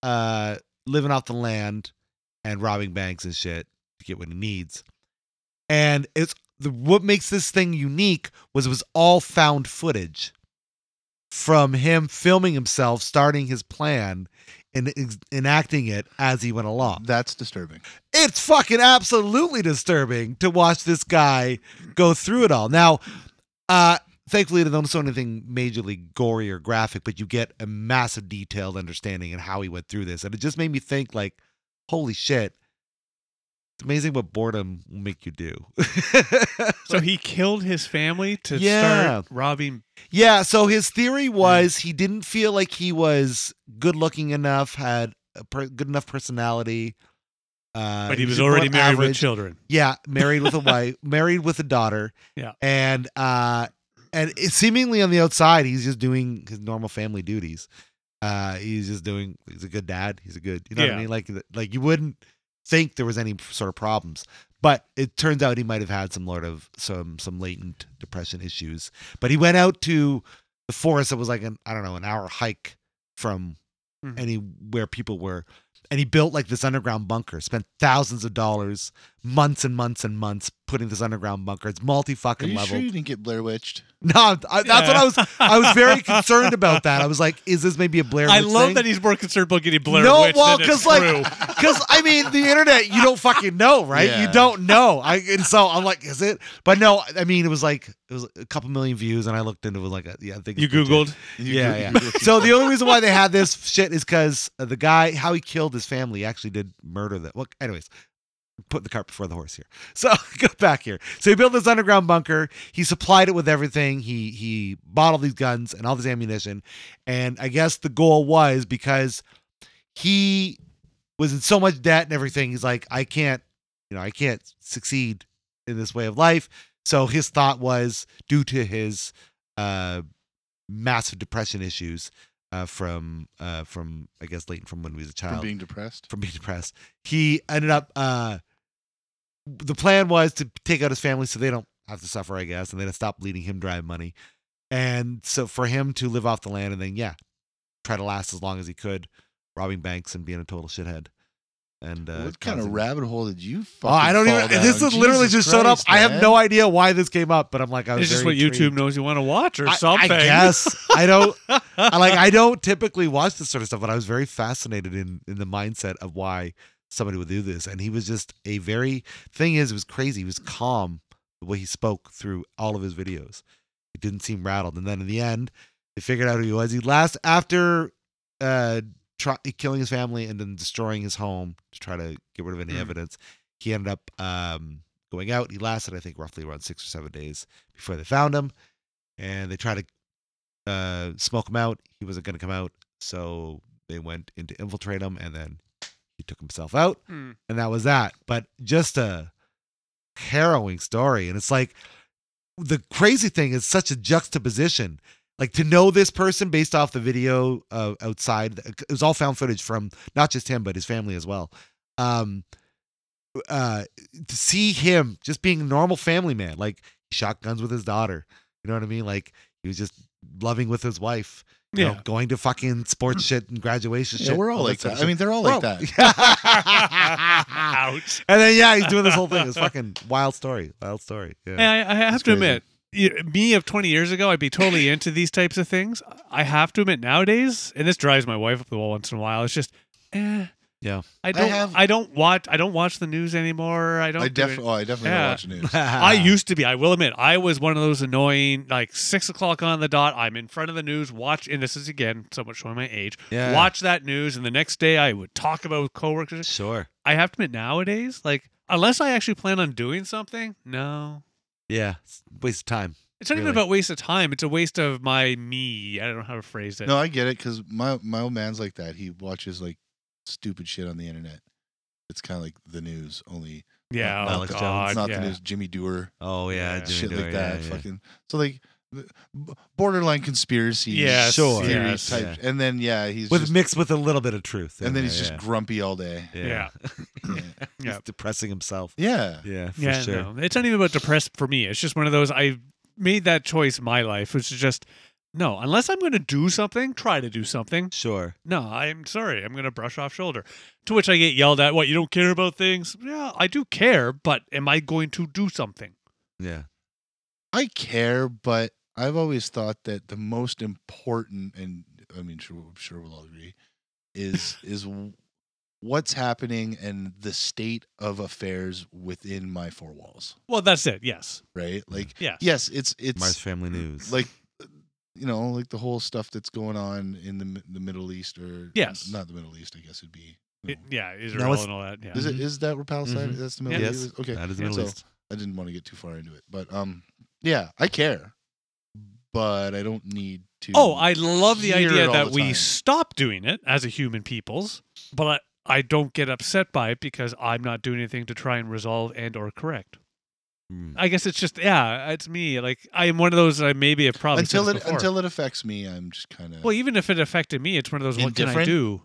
A: uh, living off the land and robbing banks and shit to get what he needs. And it's the, what makes this thing unique was it was all found footage from him filming himself starting his plan and ex- enacting it as he went along.
E: That's disturbing.
A: It's fucking absolutely disturbing to watch this guy go through it all. Now, uh Thankfully, they don't show anything majorly gory or graphic, but you get a massive detailed understanding and how he went through this. And it just made me think, like, holy shit. It's amazing what boredom will make you do.
C: So he killed his family to
A: Yeah.
C: start robbing.
A: Yeah, so his
C: Hmm.
A: theory was he didn't feel like he was good looking enough, had a per- good enough personality. Uh,
C: But he was
A: just
C: already
A: more
C: married with
A: average.
C: children.
A: Yeah, married with a wife, married with a daughter.
C: Yeah.
A: and uh, and it, seemingly on the outside, he's just doing his normal family duties. Uh, he's just doing. He's a good dad. He's a good. You know what
C: Yeah.
A: I mean? Like like you wouldn't think there was any sort of problems, but it turns out he might have had some sort of some some latent depression issues. But he went out to the forest that was like an I don't know an hour hike from
C: Mhm.
A: anywhere people were, and he built like this underground bunker. Spent thousands of dollars, months and months and months putting this underground bunker. It's multi
E: Are
A: fucking
E: you
A: level.
E: sure you didn't get Blair Witched?
A: No, I, that's what I was. I was very concerned about that. I was like, is this maybe a Blair?
C: I
A: Witch
C: love
A: thing?
C: that he's more concerned about getting Blair
A: no,
C: Witch
A: well,
C: than it's true.
A: like, because I mean, the internet, you don't fucking know, right?
E: Yeah.
A: You don't know. I and so I'm like, is it? But no, I mean, it was like it was a couple million views, and I looked into it was like, uh, yeah, I think
C: you
A: it's legit.
C: googled.
E: You
A: Yeah,
E: Goog-
A: yeah.
E: you Googled-
A: So the only reason why they had this shit is because the guy, how he killed his family, actually did murder that. Well, anyways, put the cart before the horse here. So go back here. So he built this underground bunker. He supplied it with everything. He he bought all these guns and all this ammunition, and I guess the goal was because he was in so much debt and everything. He's like, I can't, you know, I can't succeed in this way of life. So his thought was due to his uh, massive depression issues uh, from uh, from I guess Leighton from when he was a
E: from
A: child
E: being depressed.
A: from being depressed. He ended up. Uh, the plan was to take out his family so they don't have to suffer, I guess, and then stop bleeding him dry of money, and so for him to live off the land and then yeah, try to last as long as he could, robbing banks and being a total shithead. And uh,
E: what kind of
A: causing-
E: rabbit hole did you
A: Oh,
E: fucking
A: I don't
E: fall
A: even.
E: down?
A: This is literally
E: Jesus
A: just showed up.
E: Christ,
A: I have
E: man.
A: no idea why this came up, but I'm like, I was
C: It's just
A: very
C: what
A: intrigued.
C: YouTube knows you want to watch or
A: I-
C: something.
A: I, guess I don't. I like. I don't typically watch this sort of stuff, but I was very fascinated in in the mindset of why somebody would do this. And he was just a very thing is it was crazy. He was calm the way he spoke through all of his videos. He didn't seem rattled. And then in the end, they figured out who he was. He last after uh try, killing his family and then destroying his home to try to get rid of any
C: Mm.
A: evidence. He ended up um going out. He lasted, I think, roughly around six or seven days before they found him, and they tried to uh, smoke him out. He wasn't going to come out, so they went in to infiltrate him, and then he took himself out,
C: Hmm.
A: and that was that. But just a harrowing story, and it's like the crazy thing is such a juxtaposition. Like to know this person based off the video uh, outside, it was all found footage from not just him but his family as well. Um, uh, to see him just being a normal family man, like he shot guns with his daughter. You know what I mean? Like he was just loving with his wife. You
C: Yeah.
A: know, going to fucking sports shit and graduation
E: Hmm. Yeah,
A: shit.
E: we're all like that. I mean, they're all like that.
A: that.
C: Ouch.
A: and then yeah, he's doing this whole thing. It's fucking wild story. Wild story.
C: And
A: Yeah.
C: I, I have
A: It's
C: to
A: crazy.
C: admit, y- me of 20 years ago, I'd be totally into these types of things. I have to admit nowadays, and this drives my wife up the wall once in a while. It's just, eh.
A: Yeah.
C: I don't. I,
E: have-
C: don't watch. I don't watch the news anymore. I don't.
E: I
C: do it.
E: definitely, oh, I definitely
C: Yeah.
E: don't watch the news.
C: I used to be. I will admit, I was one of those annoying, like six o'clock on the dot. I'm in front of the news, watch, and this is again somewhat showing my age.
A: Yeah.
C: Watch that news, and the next day I would talk about it with coworkers.
A: Sure.
C: I have to admit, nowadays, like unless I actually plan on doing something, no,
A: Yeah. It's a waste of time.
C: it's not even
A: Really?
C: about waste of time. It's a waste of my me. I don't know how to phrase it.
E: No, I get it because my my old man's like that. He watches like stupid shit on the internet. It's kind of like the news, only
C: yeah,
E: not,
C: oh,
A: Alex Jones.
C: God,
E: it's not
C: yeah.
E: the news. Jimmy Dore,
A: Oh yeah.
C: Yeah.
A: Jimmy
E: shit
A: Dore,
E: like
A: yeah,
E: that.
A: yeah.
E: Fucking so like b- borderline conspiracy,
C: Yes,
A: Sure.
E: theory
C: yes.
E: type. And then yeah, he's
A: With
E: just,
A: mixed with a little bit of truth. in
E: and then
A: there,
E: he's just
A: yeah.
E: grumpy all day.
C: Yeah.
E: Yeah,
A: He's
C: Yeah.
A: depressing himself.
E: yeah.
A: Yeah, for
C: yeah,
A: sure.
C: no, it's not even about depressed for me. It's just one of those. I made that choice in my life, which is just no. Unless I'm going to do something, try to do something.
A: Sure.
C: No, I'm sorry. I'm going to brush off shoulder. To which I get yelled at, what, you don't care about things? Yeah, I do care, but am I going to do something?
A: Yeah.
E: I care, but I've always thought that the most important, and I mean, sure, I'm sure we'll all agree, is is w- what's happening and the state of affairs within my four walls,
C: Well, that's it. Yes.
E: right?
A: Mm,
E: Like,
C: Yeah.
E: yes, it's it's
A: Mars Family News.
E: like uh, you know like the whole stuff that's going on in the Mi- the Middle East or
C: Yes.
E: not the Middle East I guess it'd be no.
C: It- yeah. Israel
A: it's-
C: and all that. Yeah.
E: is it is that where Palestine
A: Mhm.
E: that's the Middle
A: Yes.
E: East okay
A: that is the
C: yeah,
A: Middle
E: so-
A: East.
E: I didn't want to get too far into it but um yeah I care but I don't need to
C: Oh, I love the
E: hear it
C: idea
E: all
C: that
E: the
C: we
E: time.
C: stop doing it as a human peoples, but I, I don't get upset by it because I'm not doing anything to try and resolve and or correct.
A: Mm.
C: I guess it's just yeah, it's me. Like I am one of those that I maybe have probably said
E: until
C: this
E: it
C: before.
E: until it affects me I'm just kind of
C: well, even if it affected me, it's one of those what can I
E: Indifferent? Hmm.
C: do?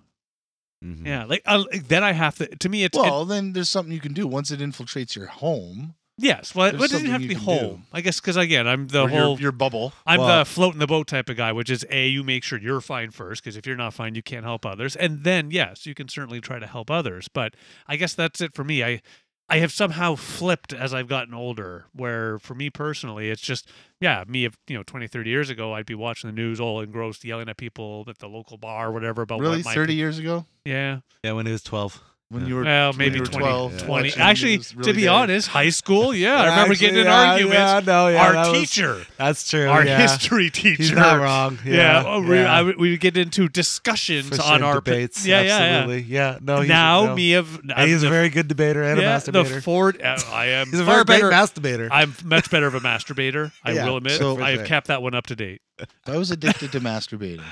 A: Mhm.
C: Yeah, like I, then I have to. To me, it's it-
E: well then there's something you can do once it infiltrates your home
C: yes. Well, it
E: there's
C: doesn't
E: something
C: have to
E: you
C: be
E: can
C: whole.
E: do.
C: I guess because again, I'm the
E: or your-
C: whole.
E: your, bubble
C: I'm
E: Well,
C: the float in the boat type of guy, which is a you make sure you're fine first because if you're not fine, you can't help others, and then yes, you can certainly try to help others. But I guess that's it for me. I I have somehow flipped as I've gotten older, where for me personally, it's just yeah, me of you know 20, 30 years ago, I'd be watching the news all engrossed, yelling at people at the local bar, or whatever. About
E: really
C: Oh, what my
E: 30 years ago
C: yeah,
A: Yeah, when it was 12.
E: when
A: Yeah.
E: you were
C: well
E: when
C: maybe
E: you were
C: 20,
E: 12
A: yeah.
C: 20.
E: watching the
C: Actually,
E: news,
C: to
E: really
C: be
E: good.
C: honest, high school, yeah, I remember getting in arguments.
A: no,
C: our teacher,
A: that's true.
C: our
A: yeah.
C: history teacher,
A: He's not wrong.
C: yeah, oh, we,
A: yeah.
C: I would- we would get into discussions
A: For
C: on
A: sure,
C: our
A: debates.
C: Yeah, yeah, yeah.
A: absolutely. Yeah, no. He's,
C: now
A: no.
C: me of
A: And he's a very good debater and
C: yeah,
A: a
C: The
A: masturbator.
C: Ford, uh, I am
A: he's a very
C: far
A: great
C: better.
A: masturbator.
C: I'm much better of a masturbator. I
A: Yeah,
C: will admit,
E: so-
C: I have
A: sure.
C: kept that one up to date.
E: I was addicted to masturbating.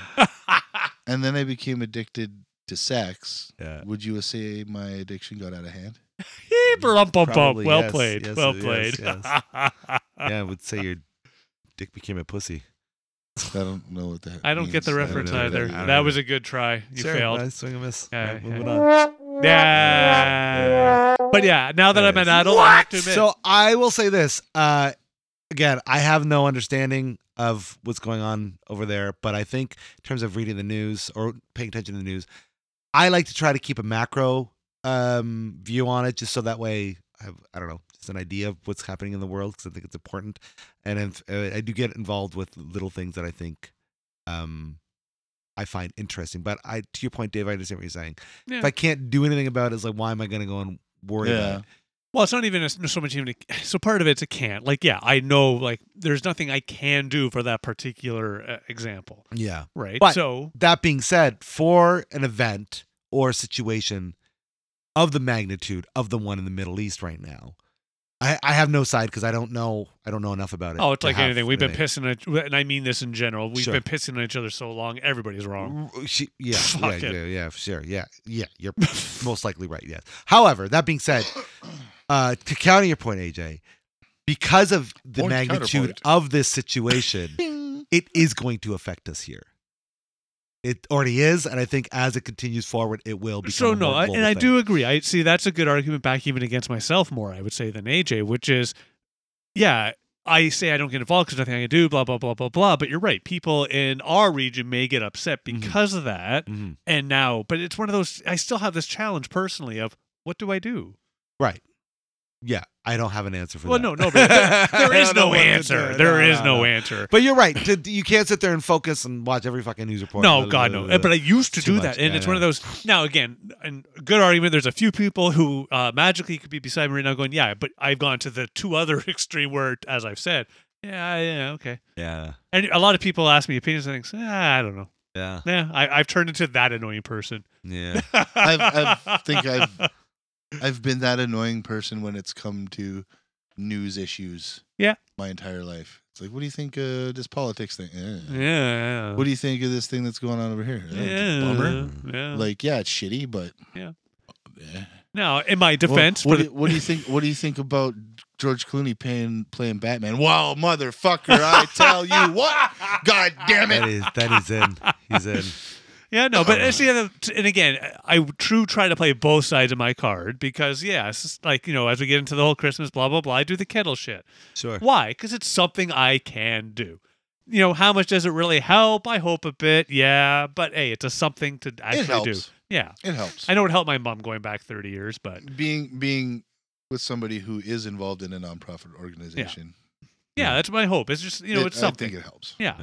E: and then I became addicted to sex.
A: Yeah.
E: Would you say my addiction got out of hand?
C: Hee, brum, bum, bum.
A: Probably,
C: Well
A: yes,
C: played.
A: yes,
C: well
A: yes,
C: played.
A: yeah, I would say your dick became a pussy.
E: I don't know what that.
C: I don't get the
E: means. I
A: don't
C: reference
A: know.
C: either.
A: I don't
C: That
A: know.
C: was a good try. You
A: Sure,
C: failed.
A: I swing a miss.
C: Yeah,
A: All right,
C: yeah.
A: moving on.
C: Yeah. But yeah, now that I'm an adult, I have to admit.
A: So I will say this. Uh, again, I have no understanding of what's going on over there, but I think in terms of reading the news or paying attention to the news, I like to try to keep a macro um, view on it, just so that way I have I don't know just an idea of what's happening in the world because I think it's important, and if, uh, I do get involved with little things that I think. Um, I find interesting, but I to your point, Dave. I understand what you're saying. If
C: Yeah.
A: I can't do anything about it, it's like why am I going to go and worry about it?
E: Yeah.
C: Well, it's not even a, so much even. A, so part of it's a can't. Like, yeah, I know. Like, there's nothing I can do for that particular uh, example,
A: Yeah.
C: right?
A: But-
C: so
A: That being said, for an event or situation of the magnitude of the one in the Middle East right now, I, I have no side because I don't know I don't know enough about it.
C: oh, it's
A: to
C: like
A: have
C: anything. We've been
A: anything.
C: pissing, at, and I mean this in general. We've
A: Sure.
C: been pissing on each other so long. Everybody's wrong.
A: R- She, yeah, yeah,
C: Fuck
A: yeah,
C: it.
A: yeah, sure, yeah, yeah. You're most likely right. Yes. However, that being said, uh, to counter your point, AJ, because of the
E: Point,
A: magnitude
E: counterpoint.
A: of this situation,
E: Bing.
A: it is going to affect us here. It already is, and I think as it continues forward, it will. Become
C: So
A: a
C: no,
A: more
C: I,
A: global
C: and I
A: thing.
C: do agree. I see that's a good argument back even against myself more. I would say than AJ, which is, yeah, I say I don't get involved because nothing I can do. Blah blah blah blah blah. But you're right. People in our region may get upset
A: Mhm.
C: because of that.
A: Mhm.
C: and now but it's one of those i still have this challenge personally of what do i do
A: Right. Yeah, I don't have an answer for
C: well
A: that.
C: no no but there- there
A: I
C: is
A: don't know
C: no
A: what to
C: answer
A: do.
C: There is no,
A: no.
C: answer
A: But you're right. To- You can't sit there and focus and watch every fucking news report.
C: no god no Uh, but i used to
A: Too
C: do
A: much.
C: that and
A: Yeah,
C: it's one of those now again and good argument there's a few people who uh, magically could be beside me right now going yeah but i've gone to the two other extreme where as i've said yeah yeah okay
A: yeah,
C: and a lot of people ask me opinions and things ah, i don't know
A: yeah,
C: yeah I, i've turned into that annoying person
A: yeah.
E: I've, I think I've I've been that annoying person when it's come to news issues.
C: Yeah.
E: My entire life. It's like, what do you think of this politics thing? Eh.
C: yeah, yeah
E: What do you think of this thing that's going on over here? Eh,
C: yeah,
E: Bummer.
C: yeah.
E: Like, yeah, it's shitty, but
C: Yeah.
E: Eh.
C: Now, in my
E: Well,
C: defense,
E: what,
C: but
E: do, what do you think? What do you think about George Clooney playing playing Batman? Wow, motherfucker! I tell you what. God damn
A: that
E: it!
A: is that is in. He's in.
C: yeah, no,
E: Oh.
C: but it's the other, and again, I true try to play both sides of my card because yes, like you know, as we get into the whole Christmas, blah blah blah, I do the kettle shit.
A: Sure.
C: Why? Because it's something I can do. You know, how much does it really help? I hope a bit, yeah, but hey, it's a something to actually
E: It helps.
C: do. Yeah,
E: It helps.
C: I know it helped my mom going back thirty years, but
E: being being with somebody who is involved in a nonprofit organization.
C: yeah, that's my hope. It's just you know,
E: it-
C: it's
E: I
C: something.
E: think it helps.
C: Yeah.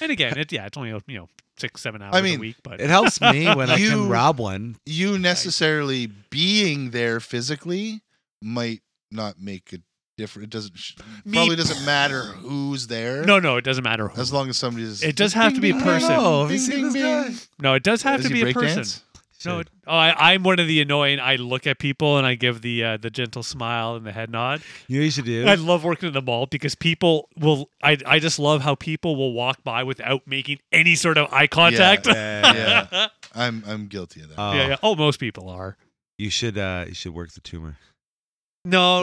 C: And again, it yeah, it's only you know six, seven hours
E: mean,
C: a week. But
A: It helps me when I can
E: You-
A: rob one.
E: you necessarily being there physically might not make a difference. It doesn't sh-
C: Me-
E: probably doesn't matter who's there.
C: no, no, it doesn't matter. Who.
E: as long as somebody's.
C: It does have to be a person.
A: know. Have you
E: Ding,
A: seen this
E: ding, ding.
A: guy?
C: No, it does have
E: Does
C: to
E: he
C: be a
E: break
C: person.
E: dance?
C: No,
A: Shit.
C: it- oh, I, I'm one of the annoying. I look at people and I give the uh, the gentle smile and the head nod.
A: you know what you should do.
C: I love working in the mall because people will. I I just love how people will walk by without making any sort of eye contact.
A: Yeah, Uh-huh.
E: yeah. I'm I'm guilty of that.
A: Oh,
C: yeah, yeah. Oh, most people are.
A: You should uh you should work the tumor.
C: Oh, No.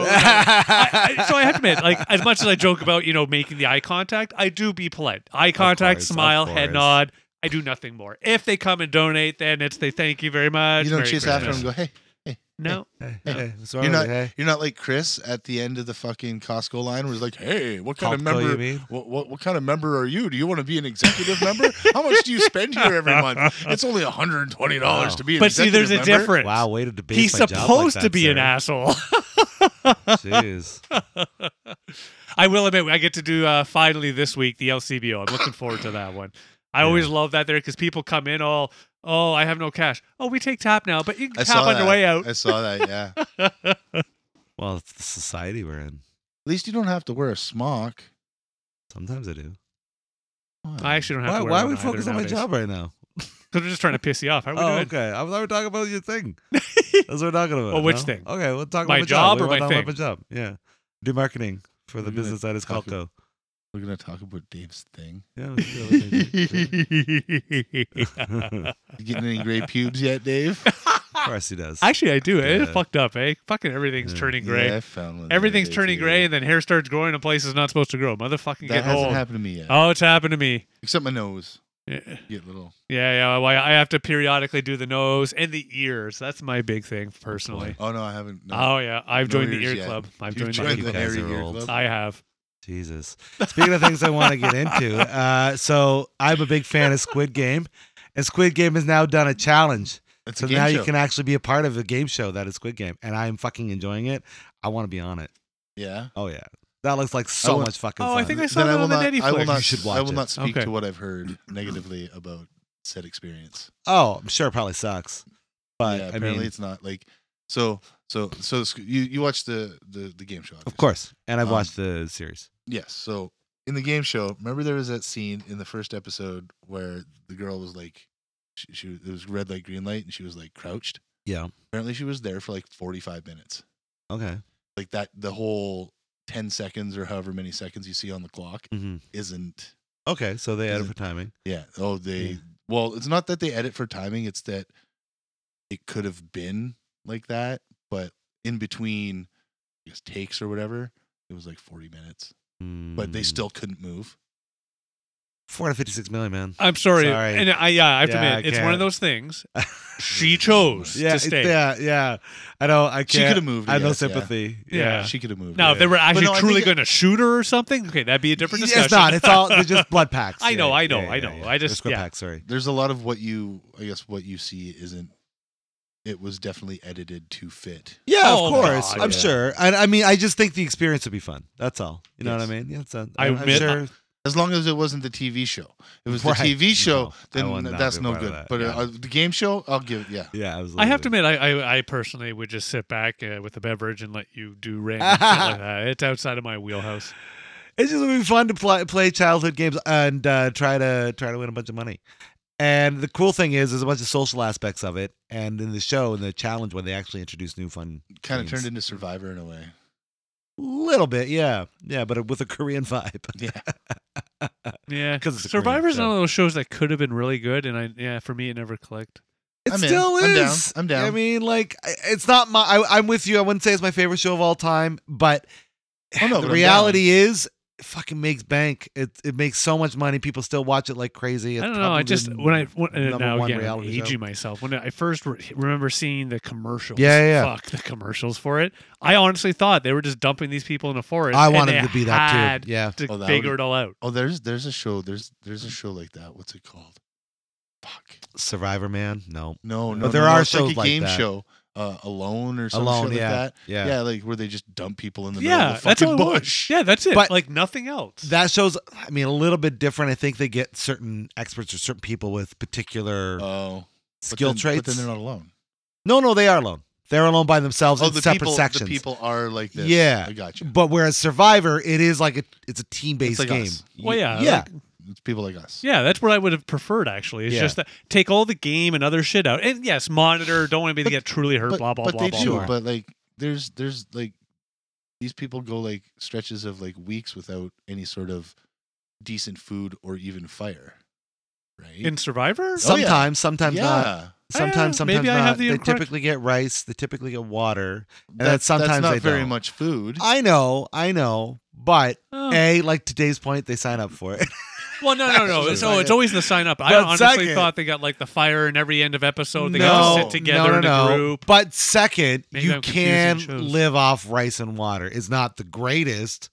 C: no. I, I, so I have to admit, like as much as I joke about you know making the eye contact, I do be polite. Eye contact,
A: course, of
C: smile, head
A: course.
C: nod. I do nothing more. If they come and donate, then it's they thank you very much.
E: you don't
C: Merry
E: chase after him.
C: Christmas."
E: And go, hey,
C: No,
A: Hey,
C: No.
A: hey, what's wrong
E: you're not
A: with you? Hey,
E: you're not like Chris at the end of the fucking Costco line, where he's like, hey, what kind of
A: Copco,
E: member?
A: you mean?
E: What, what, what kind of member are you? Do you want to be an executive member? How much do you spend here every month? It's only $120
A: Wow.
E: to be an
C: but see, there's a
E: executive member.
C: difference.
A: Wow, way to debase
C: He's
A: my job like
C: supposed to
A: that,
C: be an
A: sir.
C: asshole.
A: Jeez.
C: I will admit, I get to do uh, finally this week the LCBO. I'm looking forward to that one. I always love that there because people come in all, oh, I have no cash. Oh, we take tap now, but you
E: I
C: can tap
E: saw
C: on your
E: that.
C: way out.
E: I saw that, yeah. At
A: Well, it's the society we're in.
E: least you don't have to wear a smock.
A: Sometimes I do.
E: Come on.
C: I actually don't have
A: Why,
C: to.
A: why are we focused on my job right now?
C: Because we're just trying to piss you off. How are we
A: Oh,
C: doing?
A: okay. I was already talking about your thing. That's what we're talking about.
C: Well, which
A: no?
C: thing?
A: Okay, we'll talk
C: My
A: about
C: job
A: We
C: or
A: went
C: my
A: on about
C: thing? Mm-hmm.
A: My job. Yeah. Do marketing for the
E: We're gonna
A: business that is
E: talk
A: Costco.
E: We're going to talk about Dave's thing.
A: Yeah. we should do everything.
E: You getting any gray pubes yet, Dave?
A: of course he does.
C: Actually, I do. It's
A: Yeah.
C: fucked up, eh? Fucking everything's
A: Yeah.
C: turning gray.
E: Yeah, I found one the other
C: Everything's
E: day,
C: turning
E: too.
C: gray, and then hair starts growing in places not supposed to grow. Motherfucking
E: That
C: get
E: hasn't
C: old.
E: happened to me yet.
C: Oh, it's happened to me. Eh,
E: Except my nose.
C: Yeah.
E: Get little.
C: Yeah, yeah. Well, I have to periodically do the nose and the ears. That's my big thing personally.
E: Oh no, I haven't. No.
C: Oh yeah, I've
E: No
C: joined the
E: ears
C: ear
E: yet.
C: club. I've
E: You've
C: joined,
A: joined
C: the
A: the
C: ear
A: ear
C: club.
A: are old.
C: I have.
A: Jesus. Speaking of things I want to get into, uh, so I'm a big fan of Squid Game, and Squid Game has now done a challenge.
E: It's
A: so
E: a game
A: now you
E: show.
A: can actually be a part of a game show that is Squid Game, and I'm fucking enjoying it. I want to be on it.
E: Yeah.
A: Oh yeah, that looks like so
E: want-
A: much fucking.
C: Oh,
A: fun.
C: I think I saw
E: Then
C: that
E: I will
C: on the
E: not.
C: Netty
E: I will
C: flick.
E: not.
A: You should
E: I
A: watch
E: will
A: it.
E: not speak
C: Okay.
E: to what I've heard negatively about said experience.
A: Oh, I'm sure it probably sucks, but
E: yeah,
A: I
E: apparently
A: mean,
E: it's not like. So so so sc- you you watched the the the game show.
A: of course. And I've
E: Um,
A: watched the series.
E: Yes. So in the game show, remember there was that scene in the first episode where the girl was like, she, she it was red light, green light, and she was like crouched.
A: Yeah.
E: Apparently, she was there for like forty five minutes.
A: Okay.
E: Like that, the whole ten seconds or however many seconds you see on the clock
C: mm-hmm.
A: hmm
E: isn't.
A: Okay, so they
E: Is
A: added
E: it-
A: for timing.
E: Yeah. Oh, they.
A: Yeah.
E: Well, it's not that they edit for timing. It's that it could have been like that, but in between, I guess takes or whatever, it was like forty minutes. But they
A: Mm.
E: still couldn't move.
A: four to fifty-six million, man.
C: I'm sorry.
A: Sorry.
C: and I yeah, I have
A: Yeah,
C: to
A: I
C: admit, it's one
A: can't.
C: of those things. She chose
A: Yeah,
C: to
A: it's-
C: stay.
A: yeah, yeah. I know. I can't.
E: She could have moved.
A: I have no
E: yes, yeah.
A: sympathy.
C: Yeah. Yeah.
E: She could have moved.
C: Now, if they were actually
E: no, I
C: truly
E: think-
C: going to shoot her or something, okay, that'd be a different discussion.
A: It's not. It's all they're just blood packs.
C: I know,
A: Yeah,
C: I know,
A: yeah,
C: I
A: yeah,
C: know.
A: yeah.
C: I just-
A: Or squid
C: yeah.
A: packs, sorry.
E: there's a lot of what you, I guess, what you see isn't. It was definitely edited to fit.
A: Yeah,
C: Oh,
A: of course.
C: God,
A: I'm
E: yeah.
A: sure. I, I mean, I just think the experience would be fun. That's all. You know what I mean? Yeah, that's a,
C: I
A: I'm, I'm
C: admit-
A: sure.
E: As long as it wasn't the TV show. If it was
A: Right.
E: the TV show,
A: No, I will
E: then
A: not
E: that's
A: be
E: no
A: part of
E: good.
A: that,
E: But
A: yeah.
E: uh, the game show, I'll give. Yeah.
A: yeah, absolutely.
C: I have to admit, I, I, I personally would just sit back uh, with a beverage and let you do random shit like that. It's outside of my wheelhouse.
A: It's just gonna be fun to play, play childhood games and uh, try to try to win a bunch of money. And the cool thing is, there's a bunch of social aspects of it. And in the show, in the challenge, when they actually introduce new fun,
E: Kind of
A: games.
E: turned into Survivor in a way.
A: little bit, yeah, yeah, but with a Korean vibe.
E: Yeah.
C: Yeah,
A: 'Cause it's a
C: Survivor's
A: Korean
C: one of those shows that could have been really good, and I yeah, for me it never clicked.
A: It
E: I'm in.
A: still
E: I'm down.
A: is.
E: I'm down.
A: I mean, like, I- it's not my. I, I'm with you. I wouldn't say it's my favorite show of all time, but
E: Oh, no, but
A: the
E: I'm
A: reality is, it fucking makes bank. It it makes so much money. People still watch it like crazy. It's
C: I don't know. I
A: probably
C: just
A: the
C: when I when, and
A: number
C: now
A: one
C: again I'm
A: reality show.
C: aging myself. When I first re- remember seeing the commercials,
A: Yeah, yeah, yeah.
C: fuck the commercials for it. I honestly thought they were just dumping these people in a forest.
A: I
C: and
A: wanted
C: they
A: to be that
C: had
A: too. Yeah.
C: To
E: Oh, that
C: figure
E: would-
C: it all out.
E: Oh, there's there's a show. There's
A: Mm.
E: there's a show like that. What's it called? Fuck. Uh,
A: Survivor Man. No.
E: No, no.
A: But there
E: no, no,
A: are
E: it's like
A: shows
E: a
A: like
E: game
A: that.
E: show uh, alone or something
A: Alone,
E: like
A: yeah,
E: that.
A: yeah.
E: like where they just dump people in the middle
C: yeah,
E: of the
C: that's all
E: fucking
C: it was.
E: bush.
C: Yeah, that's it.
A: But-
C: like nothing else.
A: That shows, I mean, a little bit different. I think they get certain experts or certain people with particular
E: Oh, but
A: skill
E: then,
A: traits.
E: But then they're not alone.
A: no, no, they are alone. They're alone by themselves
E: Oh,
A: in
E: the
A: separate
E: people,
A: sections.
E: the people are like this.
A: Yeah.
E: I got you.
A: But whereas Survivor, it is like a, it's a team
E: It's
A: based
E: like
A: game.
E: us. Oh,
C: well, yeah,
A: yeah.
C: like-
E: It's people like us.
C: yeah, that's what I would have preferred. Actually, it's
E: Yeah.
C: just that take all the game and other shit out, and yes, monitor. Don't want anybody to get
E: But-
C: truly hurt.
E: but,
C: blah blah
E: but
C: blah
E: they
C: blah.
E: do.
C: blah.
E: But like, there's there's like these people go like stretches of like weeks without any sort of decent food or even fire, right?
C: In Survivor,
E: Oh, yeah.
A: Sometimes, sometimes
E: yeah,
A: not. Sometimes,
C: Ah, maybe
A: sometimes
C: I
A: not.
C: have the
A: they
C: incorrect-
A: typically get rice. They typically get water. And
E: That-
A: then sometimes
E: that's not
A: they
E: very
A: don't.
E: much food.
A: I know, I know, but
C: Oh.
A: a like today's point, they sign up for it.
C: well, no, no, no.
E: Actually,
C: So it's
E: right.
C: always the sign up. I
A: But
C: honestly
A: second-
C: thought they got like the fire in every end of episode. They got to sit together
A: no,
C: in
A: no,
C: a
A: no.
C: group.
A: But second,
C: Maybe
A: you
C: I'm confusing
A: can
C: shows.
A: live off rice and water. It's not the greatest,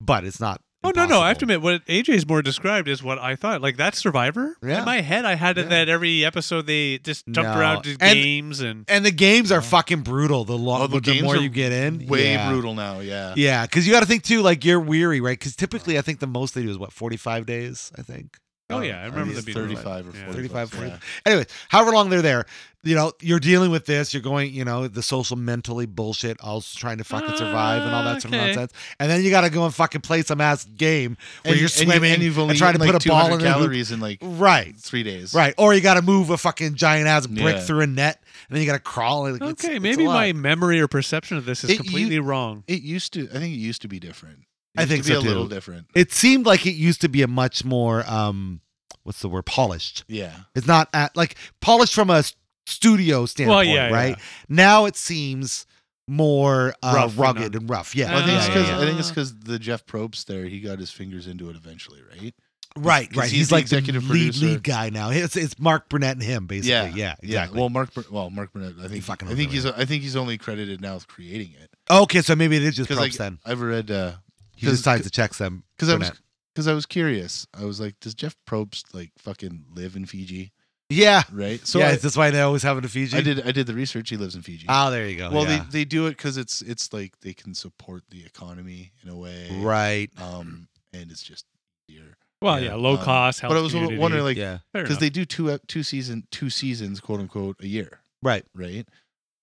A: but it's not.
C: Oh no, no! I have to
A: impossible.
C: admit, what AJ's more described is what I thought. Like that's Survivor.
A: Yeah.
C: In my head, I had it
A: Yeah.
C: that every episode they just jumped
A: No.
C: around to
A: And-
C: games and
A: And the games are fucking brutal. The, lo-
E: Oh, the
A: the,
E: games
A: more
E: are
A: you get in,
E: Way
A: yeah.
E: brutal now. Yeah.
A: Yeah, because you got to think too. Like you're weary, right? Because typically, I think the most they do is what forty five days. I think.
C: oh yeah, I remember the
E: the
C: being
E: thirty-five or
C: Yeah.
E: 40
A: 35
E: bucks,
A: 40
E: yeah.
A: anyway however long they're there you know you're dealing with this you're going you know the social mentally bullshit also trying to fucking survive and
E: Ah,
A: all that sort of
C: Okay.
A: nonsense and then you gotta go and fucking play some ass game where you're
E: And- and you-
A: swimming
E: and
A: and,
E: you've only
A: trying to
E: eaten, like,
A: put a ball in
E: 200
A: the hoop.
E: calories in like
A: right
E: three days.
A: right or you gotta move a fucking giant ass brick
E: Yeah.
A: through a net and then you gotta crawl like, it's-
C: Okay,
A: it's a
C: maybe
A: lot.
C: my memory or perception of this is
E: It- you-
C: completely wrong.
E: It used to. I think it used to be different. It
A: I
E: used to
A: think
E: be
A: so,
E: a little
A: too.
E: different.
A: it seemed like it used to be a much more um what's the word polished
E: Yeah.
A: It's not at, like polished from a s- studio standpoint,
C: yeah,
A: right? Now it seems more uh,
C: Rough and
A: rugged
C: un-
A: and rough. Yeah,
E: Well, I think it's
A: Yeah,
C: Ah.
A: yeah,
E: because
A: Oh, yeah.
E: I think it's because the Jeff Probst there, he got his fingers into it eventually, right?
A: right,
E: 'cause
A: right.
E: he's
A: He's,
E: the
A: like the
E: executive
A: lead
E: producer.
A: lead guy now. It's it's Mark Burnett and him basically. Yeah, exactly.
E: Well, Mark. Bur- Well, Mark Burnett. I think.
A: fucking
E: I
A: owns
E: think
A: it,
E: he's. I think he's only credited now with creating it.
A: okay, so maybe it is just
E: Because
A: props
E: like,
A: then.
E: I've read. uh
A: He just
E: 'cause-
A: signs the checks them.
E: Because I was.
A: Burnett.
E: Because I was curious. I was like, does Jeff Probst like fucking live in Fiji?
A: yeah,
E: Right.
A: so
E: So
A: yeah.
E: I-
A: is this why they always have it in Fiji?
E: I, did. I did the research. He lives in Fiji.
A: Oh, there you go.
E: well,
A: yeah.
E: they they do it because it's it's like they can support the economy in a way.
A: right.
E: Um, and it's just easier.
C: Well,
A: yeah,
C: yeah, low
E: um,
C: cost. Helps
E: but I was
C: community.
E: wondering like.
A: yeah.
C: Fair
E: because
C: enough.
E: they do two ep- two season two seasons quote unquote a year
A: Right.
E: right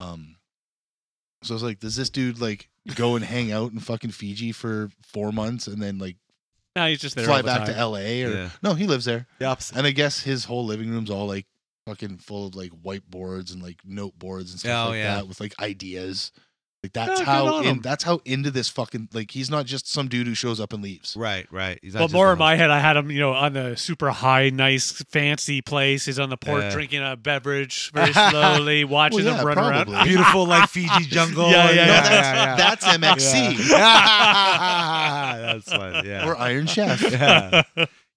E: um so it's like does this dude like go and hang out in fucking fiji for four months and then like
C: Nah, he's just there.
E: fly
C: all the
E: back
C: time.
E: to la or
A: Yeah.
E: no he lives there
A: The opposite.
E: and i guess his whole living room's all like fucking full of like whiteboards and like noteboards and stuff
A: Oh,
E: like
A: yeah.
E: that with like ideas like
C: Oh,
E: that's
C: good
E: how
C: on
E: in,
C: him.
E: that's how into this fucking like he's not just some dude who shows up and leaves
A: Right. Right. He's not
C: But
A: just
C: more
A: the
C: in my head, I had him, you know, on the super high, nice, fancy place. He's on the porch
A: Yeah.
C: drinking a beverage very slowly, watching
E: yeah,
C: them run
E: probably.
C: around.
A: beautiful like Fiji jungle.
C: Yeah,
A: and-
C: yeah,
E: No,
C: yeah.
E: that's,
A: yeah.
E: that's mxc
A: Yeah. That's fun. Yeah.
E: or iron chef
A: yeah.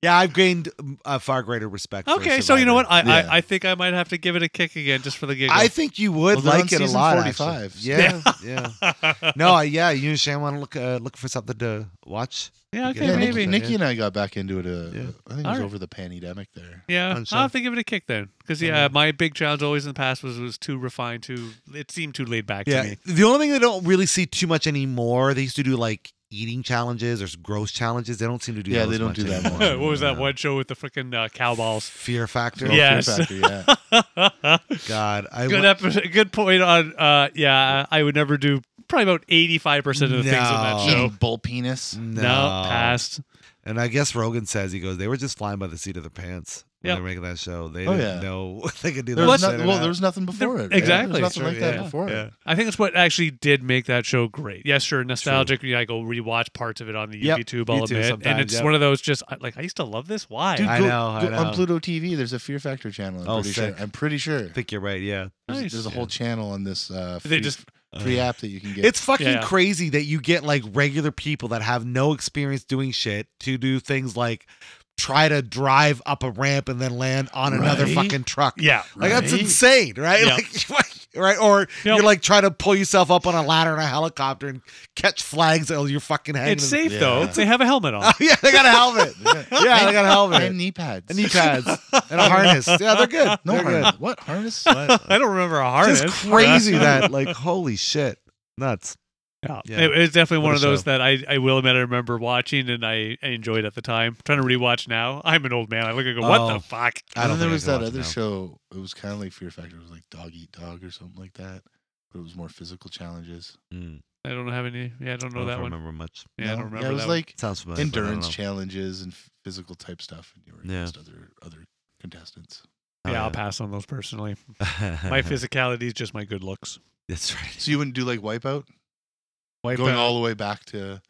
A: Yeah, I've gained um, a far greater respect. for
C: Okay, so you know what?
A: Survivor.
C: I,
E: Yeah.
C: I I think I might have to give it a kick again just for the giggle.
A: I think you would
E: Well, they're on
A: like it a
E: season
A: lot.
E: 45,
A: actually. Yeah, yeah. No, I- yeah. You and Shane want to look uh, look for something to watch.
C: yeah, okay,
A: Yeah,
E: Yeah,
C: maybe.
E: Nikki, Nikki and I got back into it. Uh,
A: Yeah.
E: I think it was
C: All right.
E: over the pandemic there.
C: Yeah,
A: on show.
C: I'll have to give it a kick then, because yeah, my big challenge always in the past was was too refined, too. It seemed too laid back to me.
A: The only thing they don't really see too much anymore. They used to do like eating challenges or s- gross challenges. They don't seem to do.
E: Yeah,
A: those
E: they don't
A: much
E: do that
A: anymore.
E: much.
C: what was that
A: Yeah.
C: one show with the freaking uh, cowballs?
A: Fear Factor.
E: Fear
C: Yes.
E: Factor, yeah.
C: good
A: God, I wa-
C: episode, good point on. Uh, yeah, I would never do probably about eighty five percent of the things on that
A: No. Mm,
C: show.
E: Eating bull penis.
A: no,
C: No, past.
A: And I guess Rogan says he goes, they were just flying by the seat of their pants when
C: Yep.
A: they were making that show. They
E: Oh,
A: didn't
E: yeah.
A: know they could do
E: There
A: that.
E: was
A: shit
E: not-
A: or
E: well,
A: not.
E: there was nothing before it. right?
C: exactly.
E: There was nothing
A: Sure,
E: like that
A: yeah.
E: before
A: Yeah.
E: it.
C: I think it's what actually did make that show great. Yes, sure, nostalgic. Yeah, I go rewatch parts of it on the
A: Yep,
C: YouTube.
A: me
C: I'll
A: too
C: admit, and
A: sometimes,
C: it's
A: yep.
C: one of those just I- like I used to love this. Why?
E: Dude,
A: I
E: go-
A: know, I
E: go-
A: know.
E: On Pluto TV, there's a Fear Factor channel. I'm
A: Oh,
E: pretty sure.
A: sick.
E: I'm pretty sure.
A: I think you're right. Yeah.
E: There's, there's a
C: Nice.
E: whole channel on this uh, free,
C: They just
E: free
A: uh,
E: app that you can get.
A: It's fucking
C: Yeah.
A: crazy that you get like regular people that have no experience doing shit to do things like try to drive up a ramp and then land on another
E: Right?
A: fucking truck.
C: yeah.
A: Like that's
E: Right?
A: insane, right?
C: Yeah.
A: Like, right? Or
C: Yep.
A: you're like trying to pull yourself up on a ladder in a helicopter and catch flags while you're fucking hanging.
C: It's safe
E: Yeah.
C: though. They have a helmet on.
A: Oh, yeah, they got a helmet. yeah, they got a helmet.
E: And knee pads.
A: and knee pads and a harness. Yeah, they're good.
E: No
A: they're good.
E: harness. What harness? What?
C: I don't remember a harness.
A: Just crazy that like holy shit, nuts.
C: Yeah.
A: Yeah.
C: It, it's definitely
A: What
C: one
A: a
C: of those
A: show.
C: that I, I will admit I remember watching and I, I enjoyed at the time. trying to rewatch now. I'm an old man. I look and go, what
A: Oh.
C: the fuck?
A: I
E: and
A: don't
E: then there
A: think
E: was
A: I
E: that
A: can watch it
E: other
A: now.
E: show. It was kind of like Fear Factor. It was like Dog Eat Dog or something like that, but it was more physical challenges.
A: Mm,
C: I don't have any. Yeah, I don't
A: I
C: know
A: don't
C: that one.
A: remember much.
C: Yeah, I
E: No?
C: don't remember
E: it was
C: that one.
E: like
A: It sounds familiar. but I don't
E: endurance
A: know.
E: challenges and f- physical type stuff, and you were
A: Yeah.
E: against other other contestants.
A: Oh,
C: yeah, I'll pass on those personally. My physicality is just my good looks.
A: That's right.
E: So you wouldn't do like Wipeout,
C: Wipe
E: going
C: out.
E: all the way back to, to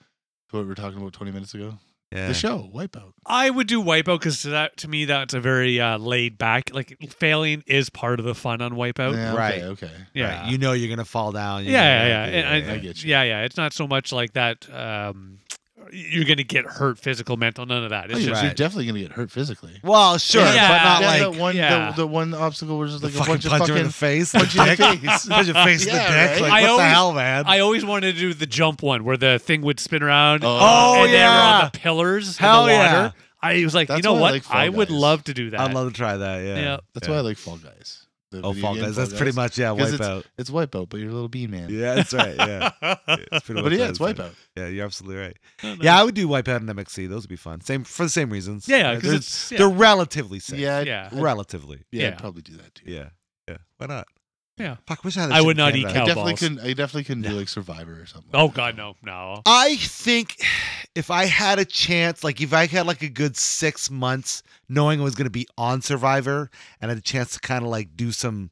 E: what we were talking about 20 minutes ago.
A: Yeah.
E: The show Wipeout.
C: I would do Wipeout because that to me that's a very uh, laid back. Like failing is part of the fun on Wipeout. Yeah,
E: Yeah,
A: Right.
E: Okay. Oh, okay.
C: yeah,
A: Right, You know you're gonna fall down.
C: yeah,
A: you're
C: yeah.
A: gonna-
C: And
E: yeah,
C: I,
E: I get you.
C: Yeah, yeah. It's not so much like that. Um, you're gonna get hurt, physical, mental, none of that.
E: Oh,
C: It's
E: you're,
C: just
E: you're
A: right.
E: definitely gonna get hurt physically.
A: Well, sure,
C: Yeah.
A: but not
E: Yeah,
A: like
E: that one,
C: yeah.
E: the, the one obstacle was just
A: the
E: like a
A: fucking
E: bunch of
A: puncher in
E: fucking
A: the face,
E: punch in the face.
A: punch in the face, in the
E: Yeah,
A: dick.
E: right.
A: Like
C: I
A: what the
C: always-
A: hell, man?
C: I always wanted to do the jump one where the thing would spin around.
E: Oh.
C: and they were
A: yeah.
C: on the pillars.
A: Hell
C: in the water.
A: yeah.
C: I was like,
E: That's
C: you know
E: why I
C: what?
E: like Fall
C: I would
E: Guys.
C: love to do that.
A: I'd love to try that. Yeah.
C: Yeah.
E: That's
A: Yeah.
E: why I like Fall Guys. The
A: Oh,
E: video
A: Fall
E: game
A: Guys. That's pretty much yeah.
E: 'Cause
A: Wipeout.
E: It's Wipeout, but you're a little bean man.
A: Yeah, that's right. Yeah. It's pretty
E: But
A: much
E: yeah,
A: that, isn't it?
E: it's Wipeout.
A: Yeah, you're absolutely right.
C: No, no.
A: Yeah, I would do Wipeout and MXC. Those would be fun. Same for the same reasons.
C: Yeah, yeah, 'cause
A: they're,
C: it's- yeah.
A: they're relatively safe.
E: Yeah, I'd-
C: Yeah.
E: I'd-
A: relatively.
E: yeah, I'd
C: Yeah.
E: probably do that too.
A: Yeah, yeah. Why not?
C: Yeah.
A: Fuck. Wish I had. That
C: I
A: shit in
C: would not eat
A: Canada.
E: I
C: cow
E: definitely
C: balls.
E: couldn't. I definitely couldn't do like Survivor or something.
C: Oh God, no, no.
A: I think if I had a chance, like if I had like a good six months knowing I was going to be on Survivor and had a chance to kind of like do some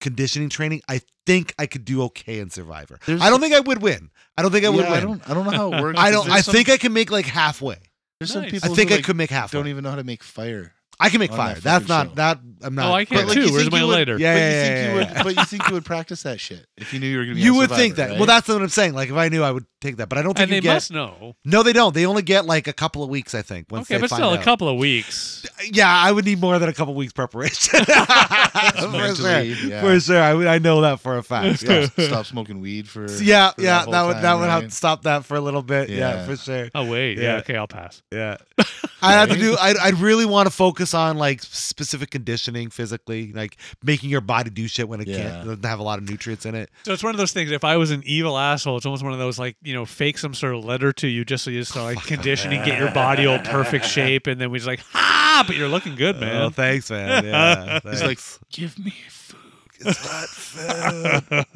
A: conditioning training, I think I could do okay in Survivor.
E: There's-
A: I don't think I would win. I don't think I
E: Yeah,
A: would win.
E: I don't. I don't know how it works.
A: I,
E: 'cause
A: don't,
E: there's
A: I
E: some-
A: think I can make like halfway.
E: there's some
C: Nice.
E: people.
A: I think
E: who,
A: I
E: like,
A: could make halfway.
E: Don't even Oh, know how to make fire.
A: I can make
E: on
A: fire.
E: that
A: That's
E: freaking
A: not
E: show.
A: that. I'm not.
C: Oh, I
A: but,
C: can
E: like,
C: too.
E: you
C: Where's
E: think
C: my
E: you would-
C: lighter?
A: Yeah,
E: but
A: yeah,
E: you think
A: yeah,
E: you
A: yeah, yeah.
E: would. But you think you would practice that shit if you knew you were gonna be.
A: You
E: on
A: would
E: Survivor,
A: think that.
E: right?
A: Well, that's what I'm saying. Like if I knew, I would take that. But I don't think
C: And
A: you
C: they
A: get.
C: must know.
A: No, they don't. They only get like a couple of weeks, I think. Once
C: Okay,
A: they
C: but
A: find
C: still,
A: out.
C: a couple of weeks.
A: Yeah, I would need more than a couple weeks preparation. for sure.
E: Mentally, yeah.
A: For sure, I, would- I know that for a fact. Yeah,
E: Stop, stop smoking weed for.
A: So, yeah,
E: for
A: yeah.
E: whole
A: That would
E: time,
A: that would
E: right?
A: have to stop that for a little bit. Yeah,
E: Yeah.
A: for sure.
C: Oh wait, yeah.
A: Yeah.
C: Okay, I'll pass.
A: Yeah, I have to
E: Right?
A: do. I'd, I'd really want to focus on like specific conditioning physically, like making your body do shit when it
E: Yeah.
A: can't doesn't have a lot of nutrients in it.
C: So it's one of those things. If I was an evil asshole, it's almost one of those like you know, fake some sort of letter to you just so you so like conditioning, get your body all perfect shape, and then we just like ha, but you're looking good,
A: Oh,
C: man.
A: thanks, man. Yeah,
E: He's like,
A: thanks.
E: give me food.
A: it's not food,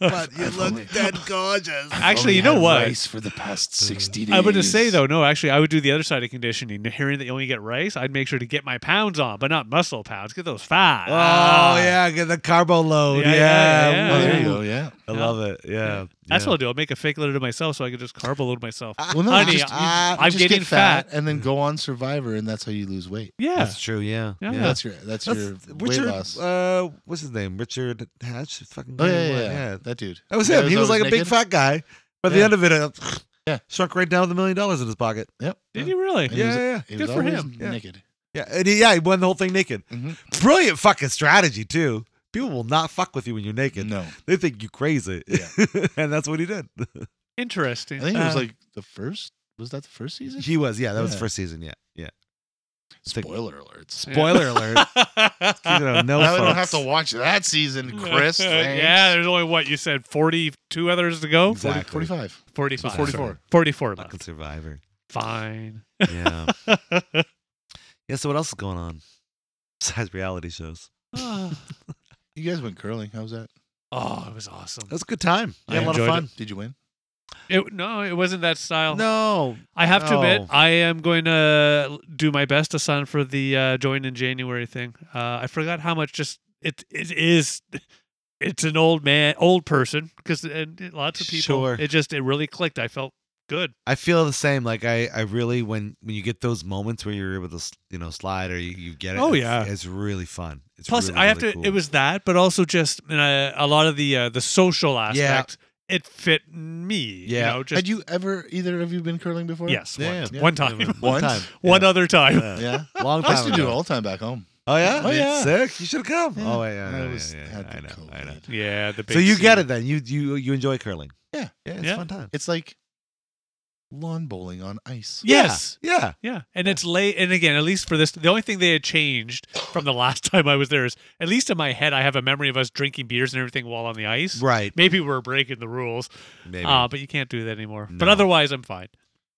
A: but you look dead gorgeous.
C: Actually,
E: Only
C: you know
E: had
C: what?
E: Rice for the past sixty days.
C: I would just say though, no, actually, I would do the other side of conditioning. Hearing that you only get rice, I'd make sure to get my pounds on, but not muscle pounds. Get those fat.
A: Oh yeah, get the carbo load. Yeah,
C: Yeah, yeah, yeah.
E: Oh, there
A: woo.
E: you go. Ah. Yeah.
A: I love it. Yeah,
C: That's
A: yeah.
C: what I'll do. I'll make a fake letter to myself so I can just carb load myself.
A: Ah,
E: Well, no,
C: Honey,
E: just, you-
A: uh, I'm
E: you just
C: getting
E: get fat,
C: fat.
E: and then go on Survivor, and that's how you lose weight.
C: Yeah.
A: That's true. Yeah,
C: Yeah.
E: That's your that's, your weight
A: Richard.
E: loss.
A: Uh, what's his name? Richard Hatch. Fucking
E: oh yeah, yeah,
A: what?
E: yeah, that dude.
A: That was
E: The guy
A: him. He was like
E: always
A: a big
E: naked?
A: fat guy. By the
E: Yeah.
A: end of it, uh,
E: Yeah.
A: shrunk right down with a million dollars in his pocket.
E: Yep.
C: Did you really?
E: And he was-
A: Yeah, yeah,
E: he
C: good
E: was
C: for
E: always
C: him.
A: Yeah.
E: Naked.
A: Yeah, and he, yeah, he won the whole thing naked.
E: Mhm.
A: Brilliant fucking strategy too. People will not fuck with you when you're naked.
E: No,
A: They think you crazy,
E: Yeah.
A: and that's what he did.
E: I
C: Interesting.
E: think it was
A: Uh,
E: like the first. Was that the first season?
A: He was, yeah, that was
E: Yeah.
A: first season, yeah, yeah.
E: Spoiler alerts.
A: Spoiler alert.
C: Ah.
A: Keep it on no,
E: now I don't
A: folks.
E: have to watch that season, Chris. thanks.
C: yeah, there's only what you said 42 others to go.
A: Exactly.
E: 45.
C: 45.
E: So 44.
C: 44
A: Fucking
C: left.
A: Survivor.
C: Fine.
A: Yeah. yeah. So what else is going on besides reality shows?
C: oh,
E: You guys went curling. How was that?
C: it was awesome.
A: That was a good time. I had
C: I
A: a lot of
C: enjoyed
A: fun.
E: Did you win?
C: It, no, it wasn't that style.
A: No.
C: I have to admit,
A: No.
C: I am going to do my best to sign for the uh, join in January thing. Uh, I forgot how much just it it is. It's an old man, old person, because lots of people.
A: Sure.
C: It just it really clicked. I felt good.
A: I feel the same. Like I, I really when when you get those moments where you're able to, s- you know, slide or you, you get it.
C: Oh,
A: it's-
C: yeah.
A: it's really fun. It's
C: Plus,
A: really,
C: I have
A: really
C: to.
A: cool.
C: It was that, but also just and I, a lot of the uh, the social aspect. It fit me.
A: Yeah.
C: You know, just
E: Had you ever, either of you been curling before?
C: yes.
A: Yeah,
C: once.
A: yeah.
C: One time.
E: Once?
C: One other time.
A: Yeah.
E: Yeah.
A: long
E: I
A: time
E: used to do it
A: ago.
E: all the time back home.
A: Oh yeah,
E: Oh, yeah.
A: sick. You should have come.
E: Yeah.
A: Oh yeah, yeah,
E: I
A: yeah,
E: was-
A: yeah, yeah.
E: had
A: I know,
E: the
A: I know.
E: COVID.
C: Yeah, the
A: So you get it then. You you you enjoy curling.
E: Yeah.
A: yeah, it's
C: Yeah.
A: a fun time.
E: It's like lawn bowling on ice.
A: Yeah.
C: Yes.
A: Yeah,
C: Yeah, and it's late. And again, at least for this, the only thing they had changed from the last time I was there is, at least in my head, I have a memory of us drinking beers and everything while on the ice.
A: right.
C: Maybe we're breaking the rules,
A: Maybe.
C: uh, but you can't do that anymore. But
A: No.
C: otherwise, I'm fine.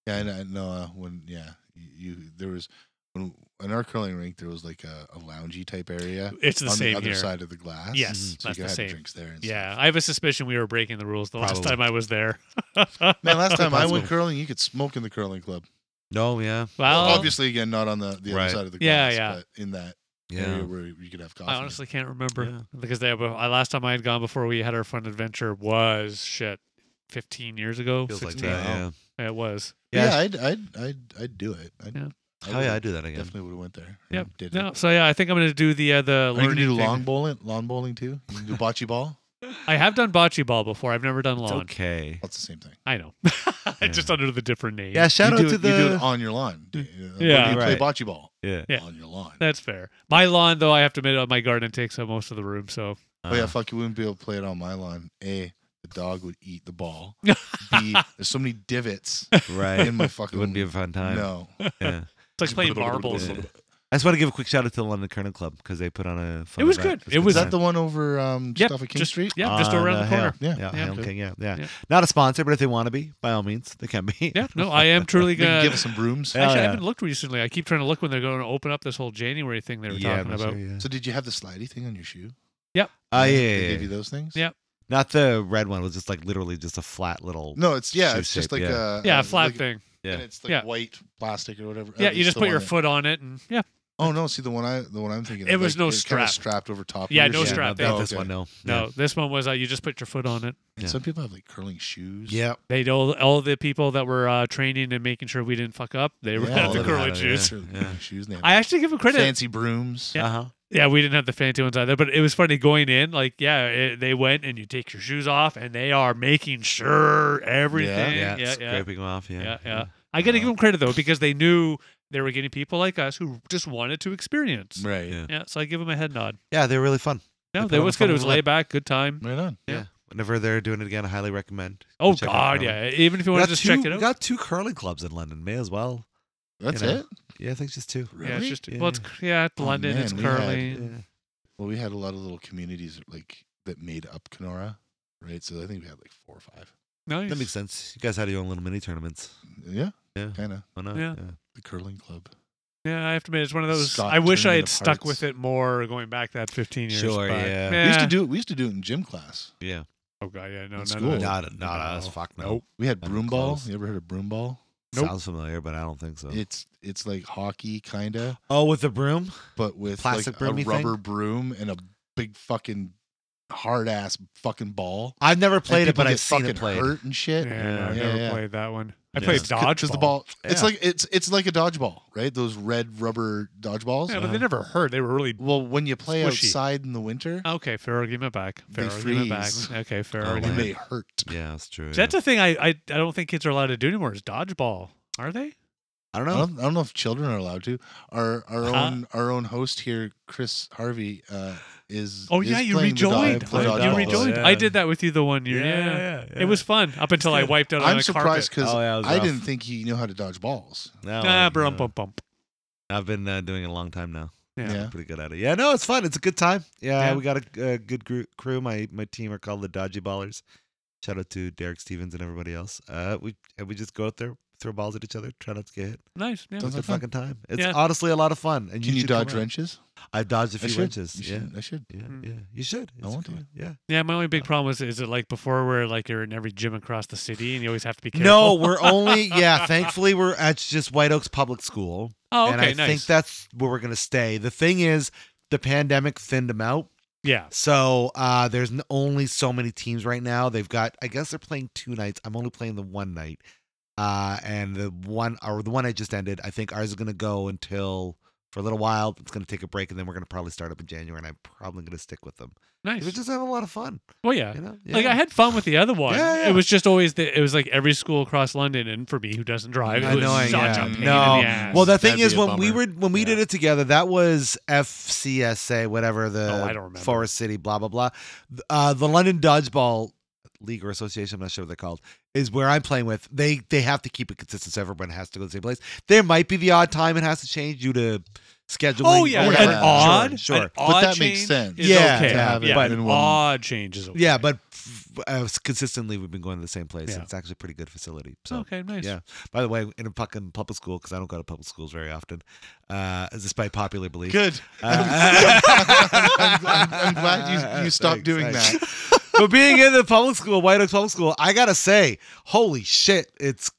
E: Yeah, and I know uh, when yeah you there was when in our curling rink there was like a, a loungy type area
C: It's the
E: on
C: same
E: the other
C: here.
E: side of the glass.
C: Yes,
A: Mm-hmm.
E: so
C: that's
E: you
C: the
E: could have
C: same.
E: drinks there. And
C: Yeah, I have a suspicion we were breaking the rules the last
A: Probably.
C: time I was there.
E: stuff. man. Last time I went
A: Possible.
E: curling, you could smoke in the curling club.
A: no, yeah,
C: Well,
E: Obviously, again, not on the, the
A: Right.
E: other side of the
C: Oh. Yeah,
E: glass,
C: yeah.
E: but in that
A: yeah.
E: area where you could have coffee.
C: I honestly can't remember
A: Yeah.
C: because they, I, last time I had gone before we had our fun adventure was shit, 15 years ago.
A: Feels like
C: 16.
A: that. Yeah.
C: It was.
E: yeah,
A: Yeah.
E: I'd, I'd I'd I'd do it. I'd,
C: Yeah.
A: Oh
E: I
A: yeah, I
E: would've-
A: do that again.
E: definitely would have went there.
C: Yep.
E: and Did
C: No,
E: it.
C: so yeah, I think I'm gonna do the uh, the
E: Are you
C: learning
E: gonna do
C: thing.
E: lawn bowling? Lawn bowling too? You can do bocce ball.
C: I have done bocce ball before. I've never done
A: It's
C: lawn.
A: okay.
E: That's the same thing.
C: I know, just
A: Yeah.
C: under the different name.
A: Yeah, shout
E: you
A: out
E: do
A: to
E: it,
A: the
E: you do it on your lawn. Do you-
C: Yeah.
E: you play
A: Right.
E: bocce ball
A: yeah.
C: Yeah.
E: on your lawn.
C: that's fair. My lawn, though, I have to admit, uh, my garden takes up most of the room. So
E: Oh yeah,
A: Uh,
E: fuck! You wouldn't be able to play it on my lawn. A, the dog would eat the ball. B, there's so many divots
A: right.
E: in
A: it
E: my fucking.
A: wouldn't be a fun time.
E: no.
A: Yeah.
C: it's like playing marbles.
A: Yeah. I just want to give a quick shout out to the London Curling Club because they put on a. Fun
C: It was
A: event.
C: good. It was-
E: Is
A: time.
E: that the one over um, just
C: Yep,
E: off of King
C: just-
E: Street? Ah,
C: Yeah, just
A: on,
C: around
A: uh,
C: the corner.
A: Hill. Yeah,
E: Yeah.
A: Hill
C: Yeah.
A: King, yeah, yeah,
C: Yeah.
A: Not a sponsor, but if they want to be, by all means, they can be.
C: Yeah, no, I am truly
E: They can
C: gonna.
E: give us some brooms.
A: Yeah. Hell
C: Actually, I haven't looked recently. I keep trying to look when they're going to open up this whole January thing they were
A: Yeah,
C: talking
A: I'm
C: about.
A: sure, yeah.
E: So did you have the slidey thing on your shoe?
A: Oh, yeah,
E: They
A: yeah,
E: Give
A: yeah.
E: you those things?
C: Yeah.
A: Not the red one. It was just like literally just a flat little.
E: No, it's yeah,
A: Shoe
E: it's just
A: shape,
E: like a
C: Yeah,
E: uh,
C: a flat
E: like-
C: thing.
E: And
A: Yeah.
E: it's like
C: Yeah.
E: white plastic or whatever.
C: Yeah,
E: At
C: you
E: least
C: just
E: the
C: put
E: one
C: your
E: that-
C: foot on it, and yeah,
E: Oh no, see the one I the one I'm thinking.
C: It
E: of,
C: was
E: like,
C: no
E: it's
C: strap.
E: kinda strapped over top. of
C: Yeah,
E: your
C: no
E: shoe.
C: strap,
A: Not, not
E: Oh,
A: this
E: okay.
A: one, no.
C: no, this one was uh, you just put your foot on it.
E: And
A: Yeah.
E: Some people have like curling shoes.
A: Yeah.
C: They all all the people that were uh, training and making sure we didn't fuck up. They were
E: Yeah,
C: at the
E: all
C: curling
A: that, yeah.
C: shoes.
E: curling shoes. and they have
C: I actually give them credit.
E: fancy brooms.
A: Uh huh.
C: Yeah, we didn't have the fancy ones either, but it was funny going in. Like, yeah, it, they went and you take your shoes off, and they are making sure everything.
A: Yeah,
C: Yeah, yeah, yeah,
A: scraping them off. Yeah, Mm-hmm.
C: yeah, I got to give them credit though because they knew they were getting people like us who just wanted to experience.
E: Right.
A: Yeah.
C: Yeah, so I give them a head nod.
A: Yeah, they're really fun.
C: No,
A: They put
C: that
A: on
C: was
A: a fun
C: good. It was
A: little
C: laid back, good time.
E: Right on.
C: Yeah.
A: Yeah. Whenever they're doing it again, I highly recommend.
C: Oh
A: Check out
C: God,
A: Curling.
C: yeah. Even if you
A: We
C: want
A: got
C: to just
A: two,
C: check it
A: we
C: out.
A: got two curling clubs in London. May as well.
E: That's
A: You know.
E: it.
A: Yeah, I think it's just two.
E: Really?
C: yeah, it's just
A: Yeah,
C: well, it's yeah, it's
E: Oh,
C: London, it's
E: man, we had-
C: curling.
A: Yeah.
E: well, we had a lot of little communities like that made up Kenora, right? So I think we had like four or five.
C: Nice.
A: That makes sense. You guys had your own little mini tournaments.
E: Yeah.
A: Yeah.
E: Kind of
A: Why not?
C: Yeah.
E: the curling club.
C: Yeah, I have to admit, it's one of those.
E: Scott
C: I wish I
E: turning
C: had
E: of
C: stuck
E: hearts.
C: with it more going back that 15 years.
A: Sure,
C: but,
A: yeah.
E: We used
C: eh.
E: to do it. We used to do it in gym class.
A: Yeah.
C: Oh god, yeah, no,
E: In
C: no,
E: school.
C: no.
A: Not, not us.
C: No.
A: Fuck no.
C: Oh. Nope.
E: We had
A: I'm
E: broom ball.
A: close.
E: You ever heard of broom ball?
C: Nope.
A: Sounds familiar, but I don't think so.
E: It's it's like hockey kinda,
A: oh, with the broom?
E: but with
A: Plastic
E: like
A: broomy
E: a
A: thing?
E: rubber broom and a big fucking hard ass fucking ball.
A: I've never
E: And
A: played it,
E: people
A: but
E: get
A: I've seen
E: fucking
A: it played.
E: hurt and shit.
C: Yeah,
A: Yeah,
C: no, I
E: yeah,
C: never
E: yeah.
C: played that one. I
A: Yeah.
C: played
A: It's
C: dodgeball.
E: Because the ball, it's
A: Yeah.
E: like it's it's like a dodgeball, right? Those red rubber dodgeballs.
A: Uh-huh.
C: Yeah, but they never hurt. They were really
E: Well, when you play
C: Squishy. Oh,
E: outside in the winter,
C: okay. Fair argument back. Fair
E: They
C: argument
E: freeze.
C: back. Okay, fair
A: Oh,
E: you
A: man.
C: argument.
E: may hurt.
A: Yeah, that's true.
C: That's
A: yeah.
C: a thing I, I I don't think kids are allowed to do anymore. Is dodgeball? Are they?
A: I don't
E: I
A: know.
E: don't, I don't know if children are allowed to. Our our
C: Huh?
E: own our own host here, Chris Harvey, uh, is.
C: Oh
E: is
C: yeah, you
E: playing the dog-
C: rejoined.
E: the
A: I-
C: Right, you
E: dodgeball.
C: rejoined.
A: Yeah.
C: I did that with you the one year.
A: Yeah,
C: Yeah,
A: yeah, yeah.
C: it was fun up until I wiped out on
E: I'm
C: a carpet.
E: surprised because
A: Oh, yeah, it was
E: I
A: rough.
E: didn't think he knew how to dodge balls.
A: No,
C: Ah,
A: I-
C: brum
A: no.
C: bum bump.
A: I've been uh, doing it a long time now.
C: Yeah.
E: Yeah.
A: Pretty good at it. Yeah, no, it's fun. It's a good time. Yeah,
C: Yeah.
A: we got a, a good group, crew. My my team are called the Dodgy Ballers. Shout out to Derek Stevens and everybody else. Uh, we and we just go out there, throw balls at each other, try not to get hit.
C: Nice. Yeah.
A: It's
E: Sounds
A: a
E: like fun.
A: fucking time. It's
C: Yeah.
A: honestly a lot of fun. And
E: Can you
A: should come
E: dodge
A: around.
E: wrenches?
A: I've dodged a
E: I
A: few
E: should.
A: wrenches.
E: You
A: Yeah,
E: should. I should.
A: yeah,
C: Mm.
A: yeah. You should.
E: I
A: It's
E: want to.
A: good. Yeah.
C: Yeah, my only big problem was is it like before where like you're in every gym across the city and you always have to be careful.
A: No, we're only yeah. Thankfully, we're at just White Oaks Public School,
C: Oh, okay,
A: and I
C: nice.
A: think that's where we're gonna stay. The thing is, the pandemic thinned them out,
C: yeah.
A: so uh, there's n- only so many teams right now. They've got, I guess, they're playing two nights. I'm only playing the one night, uh, and the one or the one I just ended. I think ours is gonna go until for a little while. It's going to take a break, and then we're going to probably start up in January. And I'm probably going to stick with them.
C: Nice.
A: We're just having a lot of fun.
C: well, yeah.
A: You know,
C: Like I had fun with the other one.
A: Yeah, yeah.
C: It was just always the, it was like every school across London, and for me who doesn't drive, it was
A: Annoying,
C: such
A: yeah.
C: a pain
A: No.
C: in the ass.
A: Well, the
E: That'd
A: thing
E: be
A: is,
E: a
A: when we were
E: bummer.
A: when we
E: Yeah.
A: did it together, that was FCSA, whatever the
C: Oh, I don't remember.
A: Forest City, blah blah blah. Uh, the London Dodgeball League or Association, I'm not sure what they're called, is where I'm playing with. They they have to keep it consistent, so everyone has to go to the same place. There might be the odd time it has to change due to scheduling.
C: oh
A: or
C: yeah,
A: whatever.
C: an
E: Sure,
C: odd,
A: sure.
C: an
E: But
C: odd
E: that makes
C: change
E: sense.
C: Is
A: Yeah,
C: okay.
A: to have it
C: yeah,
A: but-
C: an
E: in one-
C: odd change is okay.
A: yeah, but f- uh, consistently we've been going to the same place.
C: Yeah.
A: It's actually a pretty good facility. So.
C: okay, nice.
A: Yeah. By the way, in a fucking public school, because I don't go to public schools very often, uh, despite popular belief.
E: Good.
A: Uh,
E: I'm, I'm- I'm glad you, you
A: Thanks,
E: stopped doing
A: thanks.
E: that.
A: but being in the public school, White Oaks Public School, I gotta say, holy shit, it's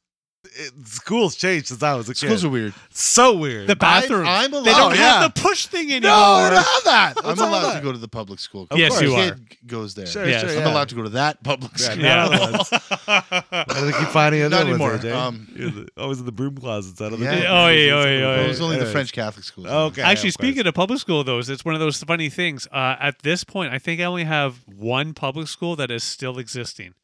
A: it, school's changed since I was a
E: Schools
A: kid.
E: are weird.
A: so weird.
C: The bathroom.
E: I'm
C: they
E: allowed.
C: don't
A: Oh, yeah.
C: have the push thing anymore.
A: no, Oh, I don't have that.
E: Oh, I'm
A: What's all
E: allowed
A: that?
E: to go to the public school.
A: Of
C: Yes, you
E: Kid
C: are.
E: goes there.
A: Sure,
C: Yes.
A: sure,
E: I'm
A: yeah.
E: allowed to go to that public
A: Yeah,
E: school.
A: not
C: Yeah.
A: allowed. I think you find any
E: Not
A: other ones, AJ.
E: anymore. Um,
A: You're the- always in the broom closets. Out of the
E: Yeah.
A: door.
C: Oh, yeah, oh, yeah, oh,
E: Well,
C: yeah.
E: it was only the
A: Anyways.
E: French Catholic schools.
A: Okay.
C: Actually,
A: of course.
C: speaking of public school, though, it's one of those funny things. Uh, at this point, I think I only have one public school that is still existing.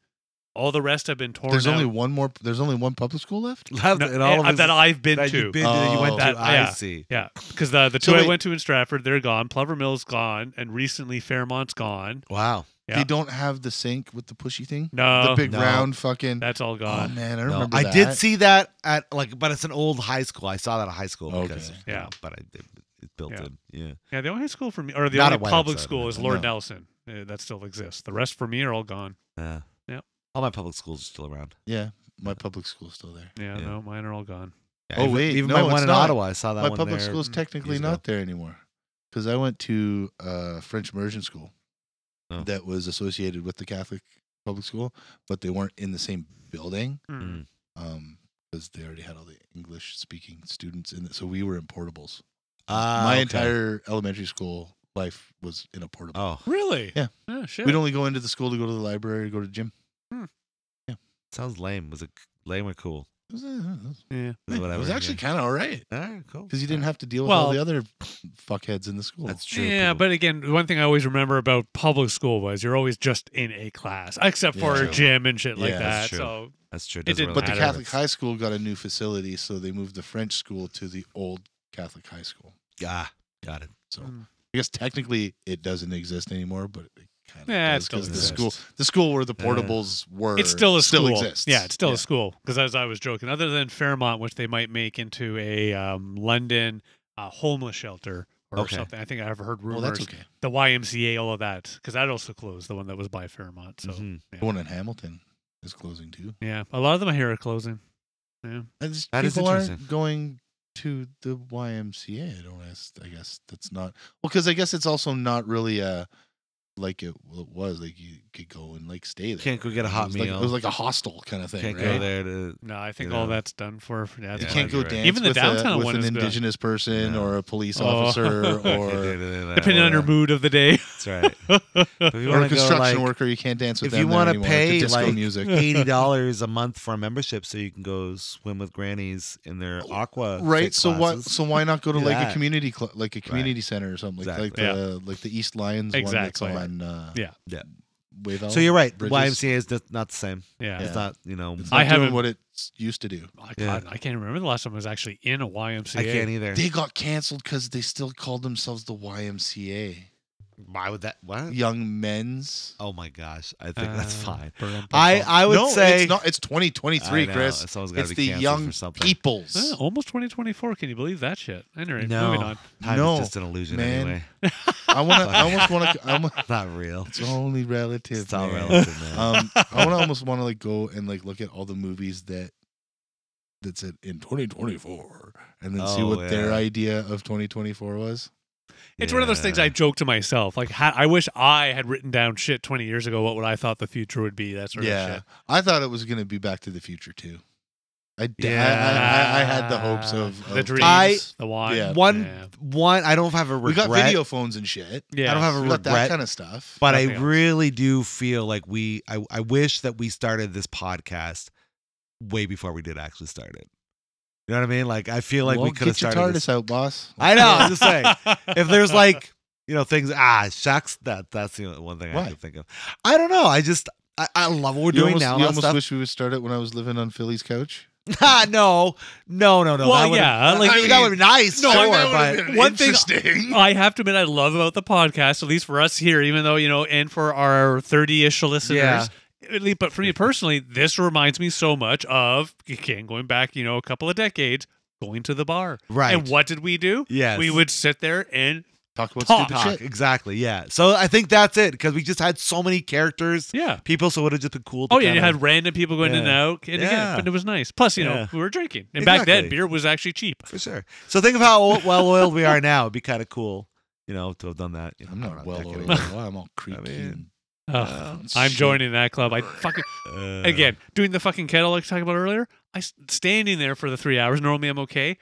C: All the rest have been torn
E: There's
C: out.
E: only one more. There's only one public school left.
A: Left
C: No,
A: in all
C: uh,
A: of his-
C: that I've been
A: that
C: to.
A: you've been to, that you went
C: Oh.
A: to.
C: That-
A: I
C: yeah.
A: see.
C: yeah, because the the
E: So
C: two I
E: wait-
C: went to in Stratford, they're gone. Plover Mill's gone, and recently Fairmont's gone.
A: Wow.
C: Yeah.
E: They don't have the sink with the pushy thing.
C: No,
E: the big
A: No.
E: round fucking.
C: that's all
E: oh
C: gone.
E: man, I
A: No,
E: remember.
A: I
E: that.
A: did see that at like, but it's an old high school. I saw that at high school
E: Okay.
A: because you
C: Yeah.
A: know, but I, it, it's built
C: Yeah.
A: in. Yeah,
C: yeah, the only school for me, or the
A: Not at
C: only
A: White
C: public
A: Oaks, I
C: school is
A: imagine.
C: Lord
E: No.
C: Nelson uh, that still exists. The rest for me are all gone.
A: yeah,
C: Yep.
A: All my public schools are still around.
E: Yeah, my public school's still there.
C: Yeah,
A: Yeah.
C: no, mine are all gone.
A: Yeah,
E: Oh,
A: even,
E: wait,
A: even
E: no,
A: my
E: it's
A: one in
E: not.
A: Ottawa, I saw that
E: my
A: one.
E: public
A: there.
E: school's technically
A: years ago.
E: not there anymore because I went to uh, French immersion school
A: Oh.
E: that was associated with the Catholic public school, but they weren't in the same building
C: Mm.
E: because um, they already had all the English speaking students in it. So we were in portables.
A: Ah,
E: my
A: okay.
E: entire elementary school life was in a portable.
A: Oh,
C: Really?
E: Yeah.
C: Oh, shit.
E: We'd only go into the school to go to the library, go to the gym.
A: sounds lame. Was it lame or cool?
E: It was, uh, it was-
C: Yeah.
A: Is what I
E: it was
A: would-
E: actually
A: yeah.
E: kind of all right
A: All right, cool.
E: because you didn't have to deal with all
C: Well-
E: the other fuckheads in the school.
A: That's true.
C: yeah,
A: people.
C: but again, one thing I always remember about public school was you're always just in a class, except for
E: Yeah.
C: a gym and shit like
A: Yeah,
C: that.
A: that's true.
C: So
A: that's true.
C: it didn't-
E: But the
C: matter.
E: Catholic high school got a new facility, so they moved the French school to the old Catholic high school.
A: ah, got it.
E: So
C: Mm.
E: I guess technically it doesn't exist anymore, but it kind of
C: Yeah, it
E: does
C: still
E: because the
A: exists.
E: school, the school where the
A: Yeah.
E: portables were,
C: it's still a
E: still
C: school.
E: exists.
C: Yeah, it's still a school. Because as I was joking, other than Fairmont, which they might make into a um, London uh, homeless shelter or
A: Okay.
C: something, I think I've heard rumors.
E: Well, that's okay.
C: The YMCA, all of that, because that also closed. The one that was by Fairmont. So
A: Mhm.
C: yeah.
E: The one in Hamilton is closing too.
C: yeah, a lot of them I hear are closing.
E: And just
A: That is
E: people aren't
A: interesting.
E: going to the YMCA. I don't. Guess, I guess that's not well because I guess it's also not really a like it, well, it was. Like you could go and like stay there.
A: Can't go get a
E: it
A: hot
E: was like,
A: meal.
E: It was like a hostel kind of thing.
A: Can't
E: right?
A: go there to.
C: No, I think
A: You
C: all
A: know.
C: that's done for. for yeah,
E: You
A: Yeah,
E: can't go
A: you're right.
E: dance
C: Even the
E: with, a-
C: downtown
E: with
C: one
E: an
C: is good.
E: indigenous person
A: No.
E: or a police
C: Oh.
E: officer or,
A: Depending
C: Depending on your mood of the day.
A: That's right. But if you
E: or
A: wanna
E: a
A: go,
E: construction
A: like,
E: worker. You can't dance with
A: if
E: them
A: you
E: there
A: wanna
E: anymore.
A: pay,
E: to disco
A: like-
E: music.
A: eighty dollars a month for a membership, so you can go swim with grannies in their aqua.
E: Oh, Right,
A: fit
E: so what?
A: classes.
E: So why not go to
A: Do
E: like
A: that.
E: a community, cl- like a community center or something, like,
A: Exactly.
E: like the like the East Lions
C: Exactly.
E: one that's on uh,
C: Yeah.
A: Yeah.
E: Wave
A: So you're right.
E: Bridges.
A: YMCA is just not the same.
C: Yeah.
A: It's not. You know,
E: It's
C: I
E: not doing
C: haven't-
E: what it used to do.
C: Oh,
A: Yeah.
C: God, I can't remember the last time I was actually in a YMCA.
A: I can't either.
E: They got canceled because they still called themselves the YMCA,
A: Why would that? What?
E: Young Men's.
A: Oh my gosh! I think that's
C: Uh,
A: fine.
C: Burn-
A: I I would
E: no,
A: say
E: it's not. It's 2023,
A: I know,
E: Chris.
A: someone's gotta
E: It's
A: be
E: the
A: canceled
E: young
A: for something.
E: peoples.
C: Uh, almost 2024. Can you believe that shit? Anyway,
A: No.
C: moving on.
A: Time
E: No,
A: is just an illusion
E: man.
A: anyway.
E: I want to. I almost want to. I want.
A: It's not real.
E: It's only relative.
A: It's all
E: man.
A: relative, man.
E: Um, I want to almost want to like go and like look at all the movies that that's it in 2024, and then see
A: Oh,
E: what their
A: yeah.
E: idea of 2024 was.
C: It's one of those things I
A: Yeah.
C: joke to myself. Like, ha- I wish I had written down shit 20 years ago. What would I thought the future would be? That sort of shit.
E: I thought it was gonna be Back to the Future too. I, d- I- I, I, I had the hopes of,
C: Ah, the
E: of-
C: dreams,
A: I-
C: the wine.
E: Yeah.
A: One
C: Yeah.
A: one. I don't have a
E: We
A: regret.
E: got video phones and shit.
C: Yeah.
A: I don't have a
E: We got
A: regret.
E: that kind of stuff.
A: but I
C: Nothing else.
A: really do feel like we I, I wish that we started this podcast way before we did actually start it. You know what I mean? Like I feel like
E: Well,
A: we could have
E: get your
A: started. This.
E: TARDIS out, boss.
A: I know. I'm just saying. If there's like you know things, ah, shucks. That that's the only one thing I
E: Why?
A: can think of. I don't know. I just I, I love what we're
E: you
A: doing
E: almost,
A: now.
E: you
A: and all
E: almost
A: stuff.
E: wish we would start it when I was living on Philly's couch.
A: Ah, no, no, no, no.
C: Well,
A: that would've-
C: yeah,
A: I
C: like-
A: mean, that would be nice.
E: No,
A: sure,
E: that
A: but
E: would've been
C: one thing-
E: interesting.
C: I have to admit, I love about the podcast, at least for us here, even though, you know, and for our 30 ish listeners.
A: Yeah.
C: At least, but for me personally, this reminds me so much of, again, going back, you know, a couple of decades, going to the bar.
A: Right.
C: And what did we do?
A: Yes.
C: We would sit there and,
E: Talk about
C: Talk.
E: stupid
A: talk
E: shit.
A: exactly. Yeah. So I think that's it because we just had so many characters,
C: yeah.
A: people. So it would have just been cool. To
C: Oh, yeah. You
A: kinda-
C: had random people going in and
A: Yeah.
C: out. And
A: Yeah.
C: again, but it was nice. Plus, you
A: Yeah.
C: know, we were drinking. And back
A: Exactly.
C: then, beer was actually cheap.
A: for sure. So think of how well oiled we are now. It'd be kind of cool, you know, to have done that. you know,
E: I'm
A: I don't
E: not
A: know,
E: well
A: decade
E: oiled.
A: ago.
E: Why I'm all creaky.
A: mean-
C: Ugh,
E: Oh,
C: I'm
E: shit.
C: joining that club. I fucking
E: Uh-huh.
A: Uh,
C: again doing the fucking kettle like I talked about earlier. I s- standing there for the three hours. Normally I'm okay.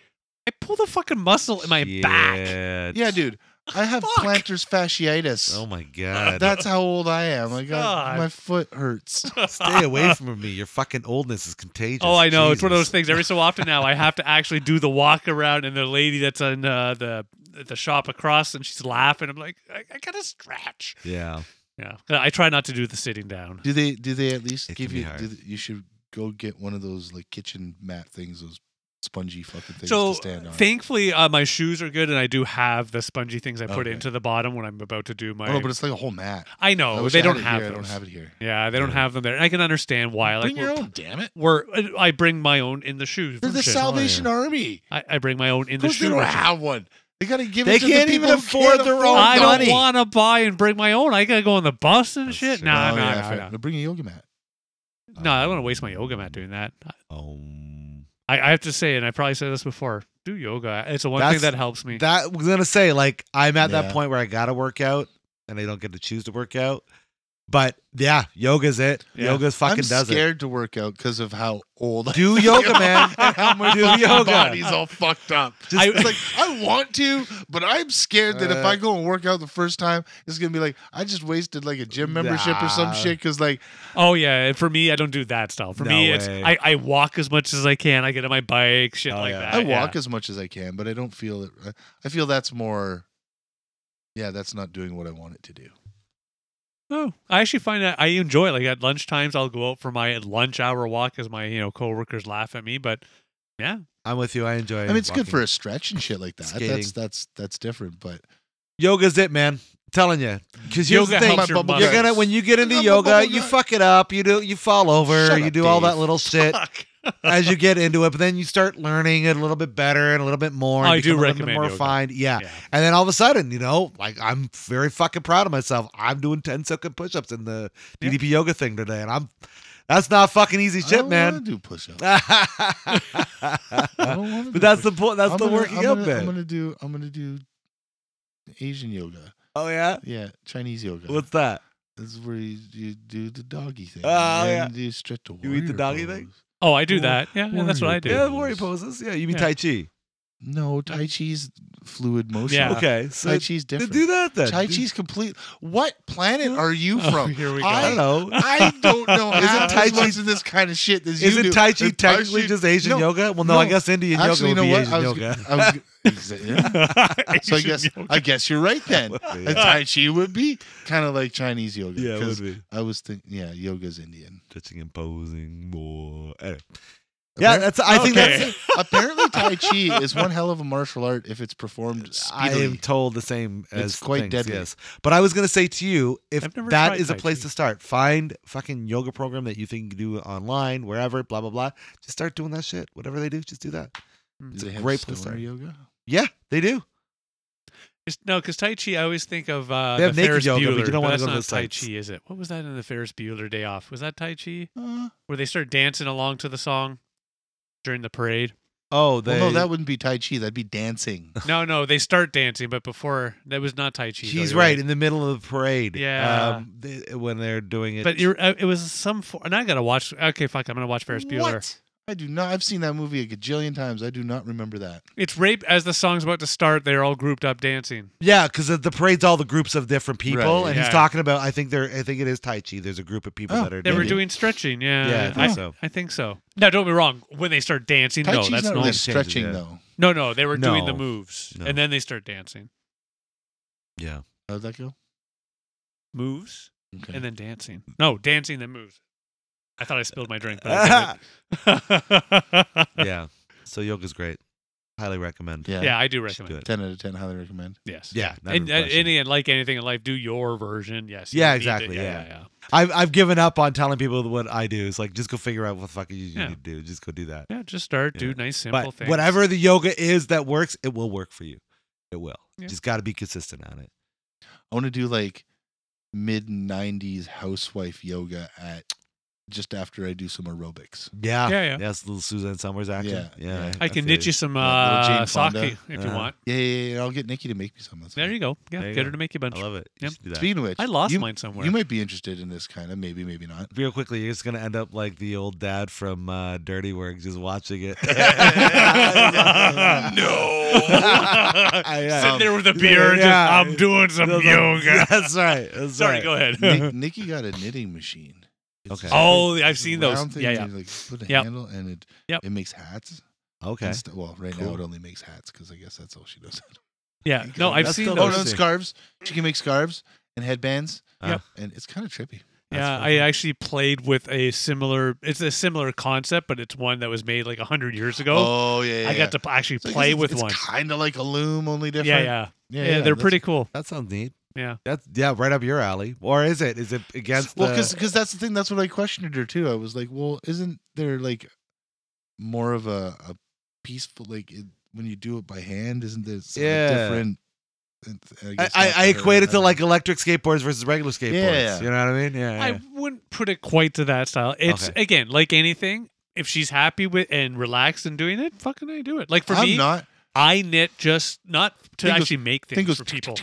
C: I pull the fucking muscle in my back.
E: and-
A: shit.
E: yeah, dude. I have
C: Fuck.
E: plantar fasciitis.
A: Oh my god.
E: That's how old I am. I got
C: God.
E: my foot hurts.
A: Stay away from me. Your fucking oldness is contagious.
C: Oh, I know. It's one of those
A: Jesus.
C: things. Every so often now, I have to actually do the walk around, and the lady that's in uh, the the shop across, and she's laughing. I'm like, I, I gotta stretch.
A: Yeah.
C: Yeah, I try not to do the sitting down.
E: Do they? Do they at least
A: It
E: give
A: can be
E: you?
A: hard.
E: Do th- you should go get one of those like kitchen mat things. Those spongy fucking things
C: so
E: to stand on.
C: thankfully, uh, my shoes are good, and I do have the spongy things I put
E: Okay.
C: into the bottom when I'm about to do my.
E: oh, no, but it's like a whole mat.
C: I
E: I
A: Oh,
C: know
E: wish
C: they
E: I had
C: don't
E: it
C: have.
E: Here. I don't
C: those.
E: have it here.
C: Yeah, they don't
A: Yeah.
C: have them there. And I can understand why. Like,
E: Bring your
C: we're-
E: own. Damn it.
C: We're, I bring my own in the shoes.
E: They're the Salvation Army.
C: I, I bring my own in
E: Of
C: the
E: course they
C: shoes.
E: don't have one. They gotta give
A: They
E: it to the
A: can't
E: people
A: even
E: who
A: afford
E: can't
A: their
E: afford
A: own
E: it.
C: I don't
A: money.
C: want to buy and bring my own. I gotta go on the bus and
A: That's
C: shit.
A: true.
C: No,
E: Oh,
C: no,
E: yeah,
C: no,
E: fair.
C: no,
E: No, Bring a yoga mat.
C: no. I don't want to waste my yoga mat doing that.
A: Um,
C: I, I have to say, and I probably said this before. Do yoga. It's the one
A: That's-
C: thing that helps me.
A: that was gonna say like I'm at that
E: Yeah.
A: point where I gotta work out and I don't get to choose to work out. But yeah, yoga's it.
C: Yeah.
A: Yoga's fucking
E: I'm
A: does it.
E: scared to work out because of how old I
A: Do yoga, man.
E: and how my
A: Do
E: fucking
A: yoga.
E: body's all fucked up.
A: Just- Uh.
E: I, it's like I want to, but I'm scared that if I go and work out the first time, it's gonna be like I just wasted like a gym membership or
A: Nah.
E: some shit. Because like
C: oh yeah, and for me, I don't do that style. For
A: No
C: me, it's
A: way.
C: I, I walk as much as I can. I get on my bike, shit
A: Oh,
C: like
A: yeah.
C: that.
E: I walk
C: Yeah.
E: as much as I can, but I don't feel it. uh, I feel that's more. Yeah, that's not doing what I want it to do.
C: Oh, I actually find that I enjoy it. Like at lunch times, I'll go out for my lunch hour walk as my you know coworkers laugh at me. But yeah,
A: I'm with you. I enjoy.
E: I mean, it's good for a stretch and shit like that.
A: Skating.
E: That's that's that's different, but
A: yoga's it, man. telling you, because here's
C: yoga
A: the thing:
C: helps your
E: My bubble
A: you're
C: muscles.
E: guts.
A: gonna when you get into
E: I'm a
A: yoga,
E: bubble
A: you
E: guy.
A: fuck it up. You do you fall over.
E: Shut
A: you
E: up,
A: do all that
E: Dave.
A: little shit
C: Fuck.
A: as you get into it, but then you start learning it a little bit better and a little bit more. And
C: I do
A: become a little bit
C: recommend
A: more
C: yoga.
A: refined. Yeah.
C: Yeah.
A: and then all of a sudden, you know, like I'm very fucking proud of myself. I'm doing 10 second push-ups in the
C: Yeah.
A: DDP yoga thing today, and I'm that's not fucking easy
E: I
A: shit,
E: don't wanna
A: man.
E: do push-ups. I
A: but
E: don't wanna do
A: that's the
E: push-ups.
A: point. That's
E: I'm
A: the
E: gonna-
A: working
E: I'm
A: up
E: gonna-
A: bit.
E: I'm gonna do. I'm gonna do Asian yoga.
A: oh yeah,
E: Yeah, Chinese yoga.
A: what's that?
E: This is where you, you do the doggy thing.
A: Oh,
E: and
A: yeah.
E: You stretch to
A: You eat the
E: warrior
A: doggy thing?
E: pose.
C: Oh, I do
E: Or-
C: that. Yeah, yeah, that's what I do.
A: Yeah,
E: Yeah,
A: warrior
E: warrior
A: poses. Yeah, you mean
C: Yeah.
A: tai chi?
E: No, Tai Chi's fluid motion.
C: Yeah.
A: Okay, so
E: Tai Chi's
A: to
E: different.
A: do that then.
E: Tai
A: Do-
E: Chi's complete. What planet are you
C: Oh,
E: from?
C: here we go.
A: I don't know.
E: I don't know.
A: Isn't
E: Isn't
A: Tai
E: Tai
A: Chi-
E: in this kind of shit as you
A: Isn't
E: do.
A: tai chi
E: And Tai
A: technically
E: Chi-
A: just Asian
E: No,
A: yoga? Well, no, I
E: no.
A: guess Indian
E: Actually,
A: yoga
E: you know
A: would be
E: what?
A: Asian
E: I was,
A: yoga.
E: I was, exactly. so I
C: Asian
E: guess
C: yoga.
E: I guess you're right then.
A: Yeah.
E: And Tai Chi would be kind of like Chinese yoga.
A: yeah, it
E: 'cause
A: would be
E: I was thinking, yeah, yoga's Indian.
A: touching and posing more. Anyway. Yeah,
E: Appar-
A: that's. I think
C: Okay.
A: that's.
E: apparently Tai Chi is one hell of a martial art if it's performed
A: I
E: speedily.
A: am told the same as
E: It's quite
A: things,
E: deadly.
A: Yes, but I was going to say to you, if
C: I've never
A: that
C: tried
A: is a
C: Tai
A: place
C: Chi.
A: to start, find fucking yoga program that you think you can do online, wherever, blah blah blah. Just start doing that shit. Whatever they do, just do that.
E: Do they
A: a
E: have
A: great place to
E: stoner
A: start.
E: yoga.
A: Yeah, they do.
C: It's- no, because Tai Chi, I always think of uh,
A: They
C: the
A: have naked
C: Ferris
A: yoga, but
C: Bueller.
A: you don't wanna
C: that's
A: go to
C: not
A: those
C: Tai
A: sites.
C: Chi, is it? What was that in the Ferris Bueller Day Off? Was that Tai Chi
E: Uh,
C: where they start dancing along to the song during the parade?
A: Oh, they.
E: well, no, that wouldn't be Tai Chi. That'd be dancing.
C: No, no, they start dancing, but before that was not Tai Chi. though,
A: He's
C: you're
A: right in the middle of the parade.
C: Yeah.
A: um, they- when they're doing it.
C: But you're, uh, it was some form, and I gotta watch. Okay, fuck, I'm gonna watch Ferris Bueller.
E: What? I do not. I've seen that movie a gajillion times. I do not remember that.
C: It's rape as the song's about to start. They're all grouped up dancing.
A: Yeah, because the parade's all the groups of different people,
E: Right,
A: and
C: yeah.
A: he's talking about. I think they're. I think it is Tai Chi. There's a group of people
E: Oh,
A: that are.
C: They were
A: doing-
C: doing uh, oh. stretching. Yeah,
A: Yeah, I think so.
C: I think so. Now, don't be wrong. When they start dancing,
E: Tai
C: no,
E: Chi's
C: that's
E: not
C: not.
E: really
A: changes
E: stretching
A: it.
E: though.
C: No, no, they were doing the
A: No.
C: moves,
A: No.
C: and then they start dancing.
A: Yeah.
E: How'd that go?
C: Moves
E: Okay.
C: and then dancing. No, dancing then moves. I thought I spilled my drink, but I didn't.
A: yeah. So yoga's great. Highly recommend.
E: yeah.
C: yeah, I do
A: Just do it.
C: recommend. It.
E: Ten out of ten. Highly recommend.
C: Yes.
A: Yeah, not even
C: And uh,
A: a
C: and-
A: question.
C: in the end, like anything in life, do your version. Yes. you
A: Yeah,
C: need to-
A: exactly, yeah.
C: yeah, yeah. yeah.
A: I've I've given up on telling people what I do. It's like just go figure out what the fuck you, you
C: Yeah.
A: need to do. Just go do that.
C: Yeah, just start.
A: Yeah.
C: Do nice, simple
A: but
C: things.
A: whatever the yoga is that works, it will work for you. It will.
C: Yeah.
A: Just got to be consistent on it.
E: I want to do like mid '90s housewife yoga at just after I do some aerobics.
A: Yeah.
C: Yeah, yeah.
A: That's little Suzanne Summers action. Yeah.
E: Yeah, yeah.
C: I can
A: feel
C: knit you some
E: Yeah, little Jane
C: uh, sake
E: Fonda.
C: if you
A: Uh-huh.
C: want.
E: Yeah, yeah, yeah. I'll get Nikki to make me some. That's
C: There
E: fine.
C: you go. Yeah,
A: There you
C: get
A: go.
C: her to make you a bunch.
A: I love it. You
C: Yep.
A: should do that.
E: Speaking of which,
C: I lost
E: you,
C: mine somewhere.
E: You might be interested in this kind of maybe, maybe not.
A: Real quickly, you're just gonna end up like the old dad from uh, Dirty Work, just watching it. I,
C: Sitting
E: Um,
C: there with a beer, and just,
A: yeah.
C: I'm doing some yoga.
A: That's right. That's
C: Sorry,
A: right.
C: go ahead.
E: Nick, Nikki got a knitting machine.
A: Okay.
C: Oh, I've
E: It's a
C: seen those.
E: round thing
C: Yeah,
E: you
C: yeah.
E: Like put a
C: Yep.
E: handle and it
C: Yep.
E: it makes hats.
A: Okay.
E: and st- well, right now
A: Cool.
E: it only makes hats because I guess that's all she does.
C: Yeah, no, I've
A: That's
C: seen
A: still
E: Oh
C: those.
E: no,
A: Interesting.
E: scarves. She can make scarves and headbands.
A: Yep.
E: and it's kind of trippy.
C: Yeah, I actually played with a similar. It's a similar concept, but it's one that was made like hundred years ago.
E: Oh yeah,
C: I got to p- actually play with one.
E: Kind of like a loom, only different.
C: Yeah, yeah, yeah. they're
E: that's-
C: pretty cool.
A: That sounds neat.
C: Yeah.
A: That's yeah, right up your alley. Or is it? Is it against
E: Well,
A: the-
E: because that's the thing. That's what I questioned her too. I was like, well, isn't there like more of a, a peaceful like it, when you do it by hand? Isn't there some
A: Yeah.
E: different?
A: I,
E: guess
A: I,
E: that's
A: I
E: her-
A: equate it to
E: uh,
A: like electric skateboards versus regular skateboards.
E: Yeah.
A: You know what I mean? Yeah. yeah.
C: I wouldn't put it quite to that style. It's
A: Okay.
C: again like anything. If she's happy with and relaxed in doing it, fucking I do it. Like for
E: I'm
C: me,
E: not.
C: I knit just not to
E: Thing goes-
C: actually make things
E: Thing goes
C: for people.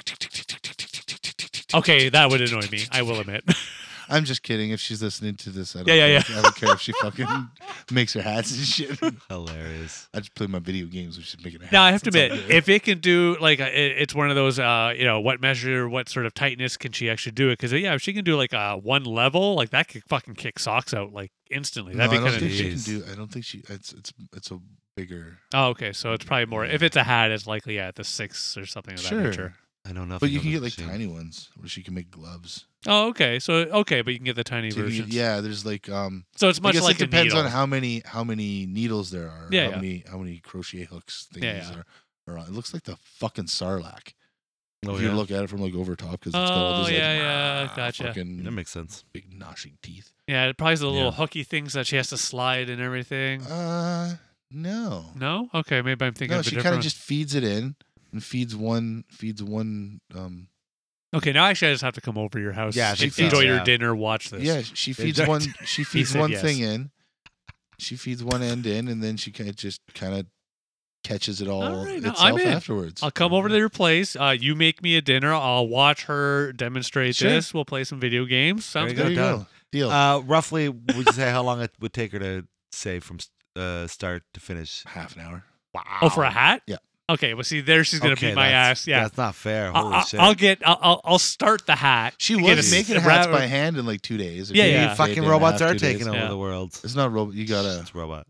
C: Okay, that would annoy me. I will admit.
E: I'm just kidding. If she's listening to this, I don't
C: Yeah, yeah,
E: care. I don't care if she fucking makes her hats and shit.
A: Hilarious.
E: I just play my video games when she's making her hats.
C: Now I have to
E: That's all
C: admit,
E: good.
C: if it can do like uh, it- it's one of those, uh, you know, what measure, what sort of tightness can she actually do it? Because yeah, if she can do like uh, one level, like that could fucking kick socks out like instantly.
E: No, I
C: That'd
E: don't
C: be kind
E: think
C: of.
E: she can
A: Jeez.
E: do. I don't think she. It's it's it's a bigger.
C: Oh, okay. So it's probably more. If it's a hat, it's likely yeah, at the six or something of that nature.
A: I don't know.
E: but you can get like tiny ones where she can make gloves.
C: Oh, okay. So okay, but you can get the tiny
E: So you can get-
C: version.
E: yeah, there's like um.
C: So it's
E: I
C: much
E: guess
C: like
E: it depends
C: a needle.
E: on how many how many needles there are.
C: Yeah,
E: how
C: yeah.
E: many how many crochet hooks things
C: Yeah, yeah.
E: are are on. It looks like the fucking sarlacc.
A: Oh,
E: if
A: yeah.
E: you look at it from like over top because it's got all
C: Oh
E: those
C: yeah,
E: like
C: yeah, gotcha.
E: fucking
A: that makes sense.
E: big gnashing teeth.
C: Yeah, it probably is the little
A: Yeah.
C: hooky things that she has to slide and everything.
E: Uh no.
C: no, okay, maybe I'm thinking
E: No,
C: of a
E: she
C: different.
E: kind of
C: one.
E: just feeds it in and feeds one feeds one um
C: Okay, now actually I just have to come over to your house.
A: Yeah, I
C: and
A: think
E: so,
C: enjoy
A: yeah.
C: your dinner. Watch this.
E: Yeah, she feeds
A: don't-
E: one. She feeds
C: said
E: one
C: yes.
E: thing in. She feeds one end in, and then she kind of just kind of catches it all,
C: right, no,
E: itself
C: I'm in.
E: afterwards.
C: I'll come over to your place. Uh, you make me a dinner. I'll watch her demonstrate
E: Sure.
C: this. We'll play some video games. Sounds
A: you
E: There
A: go,
E: you
C: good.
A: done.
E: go. Deal.
A: Uh, roughly, would you say how long it would take her to say from uh, start to finish?
E: Half an hour.
C: Oh, for a hat?
E: Yeah.
C: Okay. Well, see, there she's gonna
A: Okay,
C: beat my
A: that's-
C: ass. Yeah.
A: That's not fair.
C: I'll,
A: Holy
C: I'll-
A: shit.
C: I'll get. I'll, I'll. I'll start the hat.
E: She
C: Get
E: was
C: a
E: making
C: s-
E: hats
C: ra-
E: by hand in like two days. or
C: Yeah,
E: three
C: yeah.
E: days, day
A: Fucking
E: and a
A: robots
E: half,
A: are
E: two days.
A: taking over
C: Yeah.
A: the world.
E: It's not a robot. You gotta.
A: It's robot.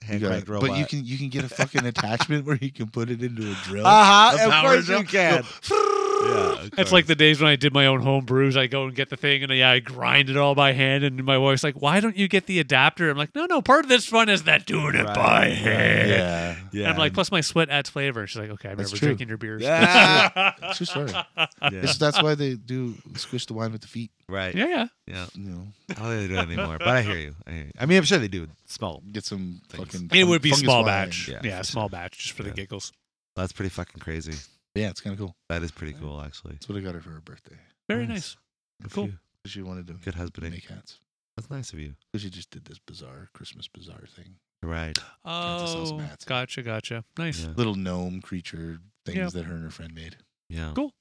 E: You
A: Hand
E: gotta
A: cranked robot.
E: but you can you can get a fucking attachment where you can put it into a drill.
A: Uh
E: a
A: huh. Of
E: power
A: course
E: drill,
A: you can.
E: go,
A: Yeah, of
C: That's like
A: course.
C: the days when I did my own home brews. I go and get the thing, and yeah, I grind it all by hand. And my wife's like, "Why don't you get the adapter?" I'm like, "No, no. Part of this fun is that doing it
A: Right,
C: by
A: right.
C: hand."
E: Yeah.
A: Yeah.
C: And I'm like, plus my sweat adds flavor. She's like, "Okay, I
E: That's
C: remember
E: true.
C: drinking your beers."
A: Yeah.
E: True story.
A: yeah.
E: It's- That's why they do squish the wine with the feet.
A: Right.
C: yeah, yeah.
A: Yeah.
E: You know,
A: I don't think they do it anymore, but I hear you. I hear you. I mean, I'm sure they do. Small.
E: get some
A: Things.
E: fucking.
C: It
E: fun-
C: would be
E: fungus
C: small
E: wine.
C: batch.
A: Yeah,
C: Yeah,
A: for
C: small batch just for
A: Yeah.
C: the giggles.
A: That's pretty fucking crazy.
E: Yeah, it's kind of cool.
A: That is pretty cool, actually.
E: That's what I got her for her birthday.
C: Very
A: Nice.
C: nice.
A: Good for
C: Cool.
A: you.
E: She wanted to
A: Good husbanding.
E: make hats.
A: That's nice of you.
E: So She just did this bizarre Christmas bizarre thing.
A: Right.
E: Kansas sells
C: Oh,
E: mats.
C: gotcha, gotcha. Nice,
A: Yeah.
E: Little gnome creature things
C: Yeah.
E: that her and her friend made.
A: Yeah.
C: Cool.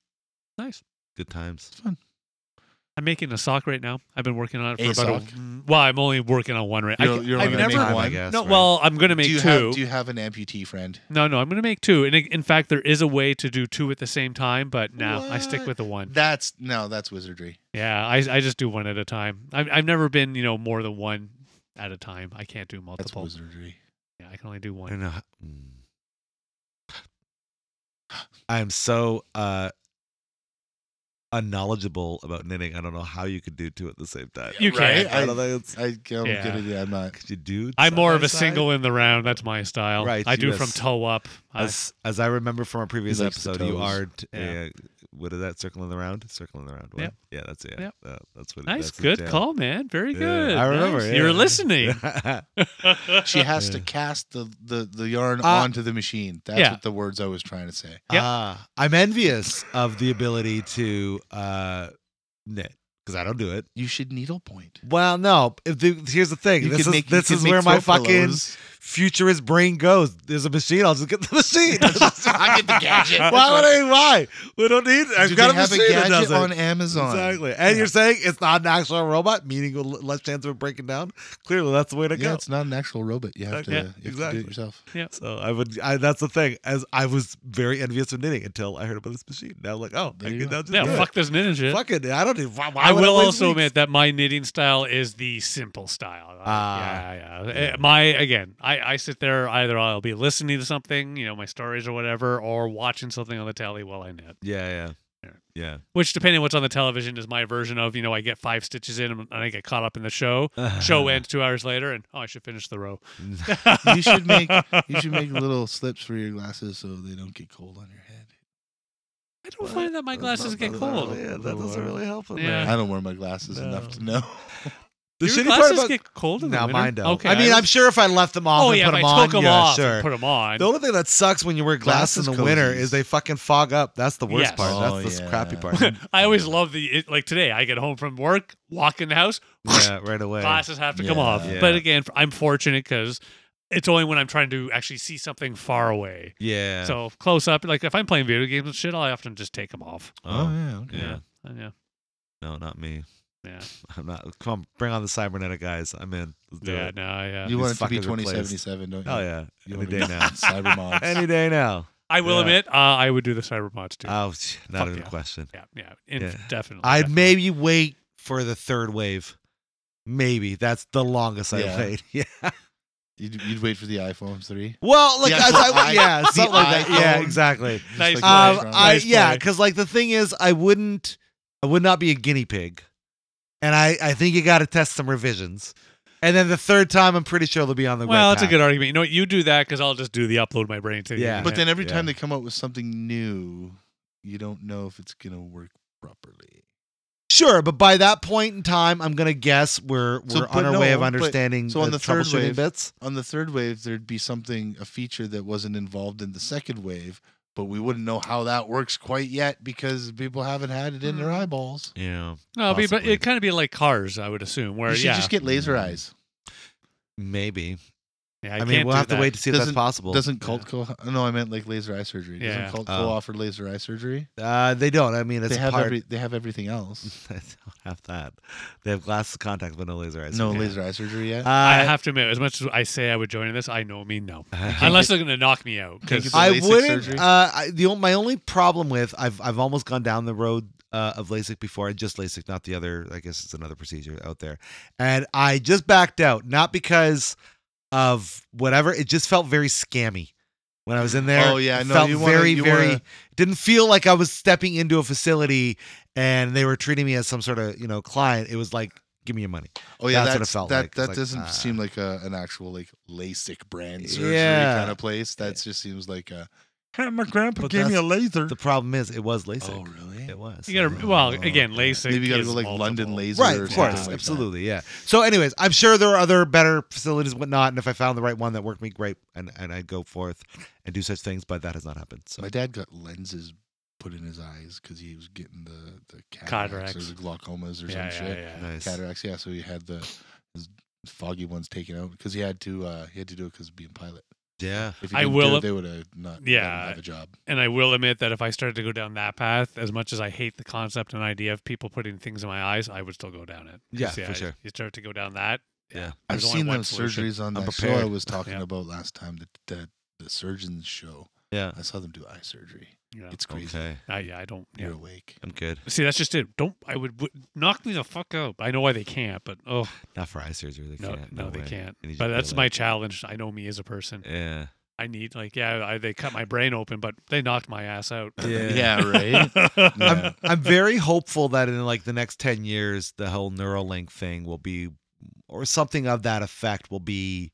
C: nice.
A: Good times.
E: It's fun.
C: I'm making a sock right now. I've been working on it for
E: A
C: about.
E: sock?
C: A, Mm, well, I'm only working on one right. I,
E: You're-
C: g-
E: you're
C: I've
E: only
A: Time,
E: gonna make
C: never.
E: one.
A: I guess,
C: no,
A: right?
C: well, I'm gonna make
E: do you
C: two.
E: have do you have an amputee friend?
C: no, no, I'm gonna make two. And in fact, there is a way to do two at the same time, but no, I stick
E: What?
C: with the one.
E: That's no, that's wizardry.
C: Yeah, I I just do one at a time. I've I've never been you know more than one at a time. I can't do
E: That's
C: multiple.
E: wizardry.
C: Yeah, I can only do
A: I
C: one.
A: don't know. how- mm. I am so uh unknowledgeable about knitting. I don't know how you could do two at the same time.
C: You
E: Right?
C: can't.
A: I don't know. It's,
E: I, I'm
C: Yeah.
E: good at it. I'm not.
A: could you do?
C: I'm
A: side
C: more of
A: by
C: a
A: side?
C: single in the round. That's my style.
A: Right,
C: I
A: you
C: do
A: as-
C: from toe up. I-
A: As, as I remember from our previous
E: likes the
A: episode, you
E: toes.
A: are t-
C: Yeah.
A: a, what is that? Circling the round, circling the round. What?
C: Yep.
A: Yeah, that's it.
C: Yep.
A: Uh, that's what.
C: nice,
A: that's the
C: good
A: jam.
C: call, man. Very
A: Yeah,
C: good.
A: I remember.
C: Nice.
A: yeah.
C: You're listening.
E: She has to
A: Yeah.
E: cast the the, the yarn
A: Uh,
E: onto the machine. That's
C: yeah.
E: what the words I was trying to say.
C: Yep.
A: Ah, I'm envious of the ability to uh, knit because I don't do it.
E: You should needlepoint.
A: Well, no. If the, here's the thing.
E: You
A: this
E: could
A: is
E: make- you
A: this
E: could
A: is
E: make
A: where my
E: throw
A: fucking
E: pillows.
A: futurist brain goes. There's a machine. I'll just get the machine.
E: I get the gadget.
A: why would I? Why? We don't need. I've
E: Do
A: got
E: they
A: a
E: have a
A: machine that does
E: gadget
A: it.
E: on Amazon?
A: Exactly. And you're saying it's not an actual robot, meaning l- less chance of it breaking down. Clearly, that's the way to
E: Yeah,
A: go.
E: it's not an actual robot. You have to,
A: uh, Okay.
E: you have to
A: Exactly.
E: do it yourself.
A: So I would. I, that's the thing. As I was very envious of knitting until I heard about this machine. Now I'm like, oh,
E: There
A: I
E: you
A: can
E: go.
A: now just
C: yeah,
A: do
C: fuck this ninja
A: it.
C: shit.
A: Fuck it. I don't need. Why, why
C: I
A: would
C: will
A: waste
C: also
A: weeks?
C: admit that my knitting style is the simple style. Uh,
A: Ah.
C: yeah, yeah. Eh, My again, I, I sit there either I'll be listening to something, you know, my stories or whatever, or watching something on the telly while I knit.
A: Yeah, yeah,
C: Yeah.
A: yeah.
C: Which, depending on what's on the television, is my version of you know I get five stitches in and I get caught up in the show. Show ends two hours later, and oh, I should finish the row.
E: Uh-huh. You should make you should make little slips for your glasses so they don't get cold on your head.
C: I don't find that my glasses get cold.
A: Yeah, that doesn't really help. in
C: Yeah.
A: there.
E: I don't wear my glasses enough to know.
A: The
C: Your
A: shitty part
C: glasses
A: about
C: get cold in the
A: now
C: winter?
A: mine don't.
C: Okay,
A: I mean,
C: was-
A: I'm sure if I left them off
C: oh
A: and
C: yeah,
A: put
C: if
A: them
C: I
A: on,
C: took them
A: yeah,
C: off
A: sure.
C: and put them on.
A: The only thing that sucks when you wear glasses in
E: Glasses
A: the winter
E: cozies.
A: is they fucking fog up. That's the worst
C: Yes.
A: part.
E: Oh,
A: That's the
E: yeah.
A: crappy part.
C: I always love the it, like today. I get home from work, walk in the house,
A: yeah, right away.
C: glasses have to come
E: Yeah.
C: off.
A: Yeah.
C: But again, I'm fortunate because it's only when I'm trying to actually see something far away.
A: Yeah.
C: So close up, like if I'm playing video games and shit, I often just take them off.
A: Oh,
E: yeah, okay.
A: yeah.
C: yeah, yeah.
A: No, not me.
C: Yeah.
A: I'm not. Come on, bring on the cybernetic guys. I'm in. Let's do
C: Yeah,
A: it.
C: no, yeah.
E: You
A: These
E: want it to be
A: fuckers are placed.
E: 2077, don't you?
A: Oh yeah.
E: You
A: Any
E: want to
A: day
E: be
A: now.
E: Cyber mods.
A: Any day now.
C: I will
A: Yeah.
C: admit, uh, I would do the cyber mods too.
A: Oh, psh, not
C: Fuck
A: even a
C: yeah.
A: question.
C: yeah, yeah, in,
A: yeah.
C: definitely.
A: I'd
C: definitely.
A: maybe wait for the third wave. Maybe that's the longest I've
E: Yeah.
A: waited. Yeah.
E: You'd, you'd wait for the iPhone 3.
A: Well, like
E: The
A: as
E: actual
A: I,
E: i-
A: yeah,
E: the
A: something like that. Yeah,
E: iPhone.
A: exactly.
E: Just
C: Nice
E: like
C: play.
A: Um,
E: Voltron.
A: I
C: Nice
A: yeah,
C: play.
A: because like the thing is, I wouldn't, I would not be a guinea pig, and I I think you got to test some revisions, and then the third time, I'm pretty sure they'll be on the right
C: Well, that's a
A: path.
C: good argument. You know what? You do that because I'll just do the upload my brain to the
A: Yeah.
E: but
C: internet.
E: then every
A: Yeah.
E: time they come up with something new, you don't know if it's gonna work properly.
A: Sure, but by that point in time, I'm gonna guess we're we're
E: So,
A: on
E: but
A: our way
E: no,
A: of
E: but-
A: understanding
E: so on the third
A: troubleshooting
E: wave-
A: bits.
E: On the third wave, there'd be something a feature that wasn't involved in the second wave, but we wouldn't know how that works quite yet because people haven't had it in their
C: Hmm.
E: eyeballs.
A: Yeah,
C: no, it'd, be, but
A: possibly.
C: it'd kind of be like cars, I would assume. Where
E: you should
C: yeah,
E: just get laser
A: Mm-hmm.
E: eyes.
A: maybe.
C: yeah,
A: I,
C: I,
A: mean,
C: can't
A: we'll
C: do
A: have to
C: that.
A: wait to see if that's
E: Doesn't-
A: possible.
E: Doesn't Cultco? No, I meant like laser eye surgery.
C: Yeah.
E: Doesn't Cultco
A: Oh.
E: offer laser eye surgery?
A: Uh, they don't. I mean, it's
E: They
A: a
E: have
A: part.
E: every. They have everything else.
A: they don't have that. They have glasses, contacts, but no laser eyes.
E: No
A: Okay.
E: laser eye surgery yet.
A: Uh,
C: I have to admit, as much as I say I would join this, I know me no. Unless they're going to knock me out. 'cause-
E: Can't get
A: I
E: LASIK
A: wouldn't.
E: surgery?
A: Uh, I, the o- my only problem with I've I've almost gone down the road uh, of LASIK before, and just LASIK, not the other. I guess it's another procedure out there, and I just backed out, not because of whatever. It just felt very scammy when I was in there.
E: Oh, yeah,
A: It
E: no,
A: felt
E: you wanna-
A: very
E: you
A: very.
E: wanna-
A: Didn't feel like I was stepping into a facility and they were treating me as some sort of you know client. It was like, give me your money.
E: Oh yeah,
A: That's what it
E: that's,
A: felt
E: that
A: like. It's
E: that
A: like,
E: doesn't
A: uh,
E: seem like a, an actual like LASIK brand surgery
A: Yeah.
E: kind of place. That just seems like a. "Hey, my grandpa
A: But
E: gave me a
A: that's
E: laser.
A: The problem is, it was LASIK.
E: oh really?
A: It was.
C: You gotta, well, again, LASIK.
E: Uh, Maybe you gotta
C: is
E: go like London
C: multiple.
E: laser.
A: right
E: or
A: of
E: something
A: course
E: like that.
A: absolutely yeah so anyways i'm sure there are other better facilities and whatnot and if i found the right one that worked me great and, and i'd go forth and do such things but that has not happened so
E: My dad got lenses put in his eyes because he was getting the the cataracts,
C: Cataracts.
E: or the glaucomas or
C: Yeah,
E: some
C: yeah,
E: shit.
C: yeah.
A: nice
E: Cataracts, yeah. So he had the his foggy ones taken out because he had to uh he had to do it because of being pilot.
A: Yeah.
E: If you
C: I
E: didn't
C: will-
E: do it, they would have not. let 'em
C: Yeah.
E: have a job.
C: And I will admit that if I started to go down that path, as much as I hate the concept and idea of people putting things in my eyes, I would still go down it. 'Cause,
A: Yeah, for sure.
C: You start to go down that.
A: Yeah.
E: I've
C: There's only
E: seen
C: one
E: those
C: solution.
E: surgeries on
A: I'm
E: that show I
A: prepared.
E: was talking
C: Yeah.
E: about last time. The, the the surgeon's show.
A: Yeah.
E: I saw them do eye surgery.
C: You know,
E: It's crazy.
A: Okay.
C: I, yeah, I don't.
E: You're
C: Yeah.
E: awake.
A: I'm good.
C: See, that's just it. Don't. I would, would knock me the fuck out. I know why they can't, but oh
A: Not for eye surgery. They
C: no,
A: can't.
C: no, they
A: way.
C: can't.
A: They need
C: But
A: you to
C: that's
A: go
C: my
A: in.
C: challenge. I know me as a person.
A: Yeah.
C: I need like yeah. I, they cut my brain open, but they knocked my ass out.
E: right.
A: I'm, I'm very hopeful that in like the next 10 years, the whole Neuralink thing will be, or something of that effect will be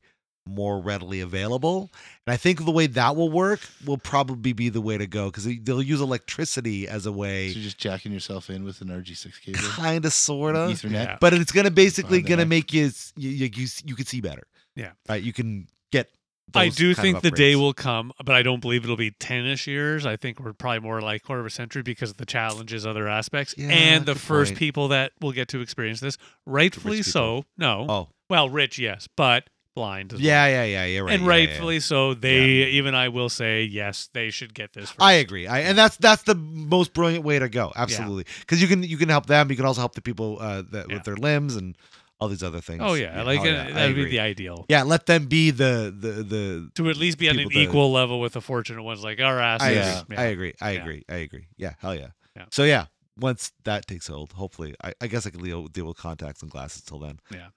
A: more readily available. And I think the way that will work will probably be the way to go because they'll use electricity as a
E: so
A: way,
E: you're just jacking yourself in with an RG6 cable,
A: kind of, sort
E: an
A: of.
E: Ethernet.
C: Yeah.
A: But it's gonna basically
E: Behind the
A: gonna
E: neck.
A: make you, s- you you you, you can see better.
C: Yeah.
A: right. You can get.
C: I
A: those
C: do
A: kind
C: think
A: of
C: the day
A: upgrades.
C: will come, but I don't believe it'll be 10 ish years. I think we're probably more like quarter of a century because of the challenges, other aspects,
A: Yeah,
C: and the
A: good
C: first
A: point.
C: people that will get to experience this. Rightfully
A: people.
C: so. No.
A: Oh
C: Well, rich, yes, but blind. As
A: yeah yeah yeah yeah
C: Well.
A: right
C: and
A: yeah, yeah, yeah.
C: rightfully so. They, even I will say, yes, they should get this. First.
A: I agree. I, and that's that's the most brilliant way to go. Absolutely, because you can you can help them. You can also help the people uh, that,
C: Yeah.
A: with their limbs and all these other things.
C: Oh, yeah. like,
A: oh,
C: uh,
A: yeah, I
C: that would be
A: agree.
C: the ideal.
A: yeah. Let them be the the the.
C: To at least be on an
A: People that-
C: equal level with the fortunate ones like our asses.
A: I,
E: Yeah.
A: agree. I agree. I
C: Yeah.
A: agree. I agree. Yeah. Hell yeah.
C: Yeah.
A: So yeah, once that takes hold, hopefully, I, I guess I can deal, deal with contacts and glasses till then.
C: Yeah.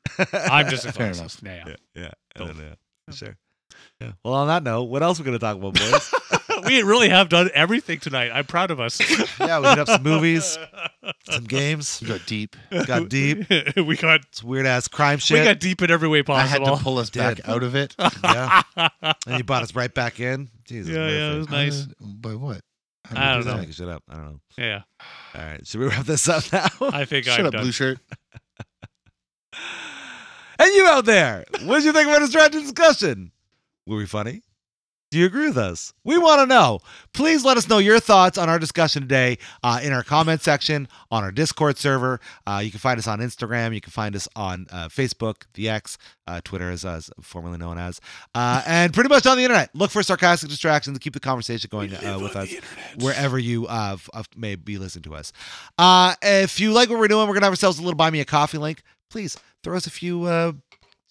C: I'm just a
E: Fair
C: classist. Yeah.
A: Yeah. Yeah.
C: Both.
A: And, uh, Sure. Yeah. Well, on that note, what else are we gonna talk about, boys?
C: we really have done everything tonight. I'm proud of us.
A: yeah, we hit up some movies, some games,
E: You got deep.
A: got deep,
C: we got
A: some weird ass crime
C: we
A: shit.
C: got deep in every way
E: I had
C: possible.
E: to pull us back
A: Dead.
E: out of it.
A: yeah. And you bought us right back in. Jesus.
C: Yeah, yeah, it
A: Murphy.
C: was Nice.
E: Uh, By what? How did
C: I
E: you
C: don't know.
E: do
A: Making shit up. I don't know.
C: yeah,
A: All right. Should we wrap this up now?
C: I think
E: that? Shut
C: I'm
E: up,
C: done.
E: blue shirt.
A: and you out there, what did you think of our distracted discussion? Were we funny? Do you agree with us? We want to know. Please let us know your thoughts on our discussion today uh, in our comment section on our Discord server. Uh, you can find us on Instagram. You can find us on uh, Facebook, the X, uh, Twitter, as us formerly known as, uh, and pretty much on the internet. Look for sarcastic distractions to keep the conversation going uh, with us wherever you uh, f- uh, may be listening to us. Uh, if you like what we're doing, we're gonna have ourselves a little buy me a coffee link. Please throw us a few uh,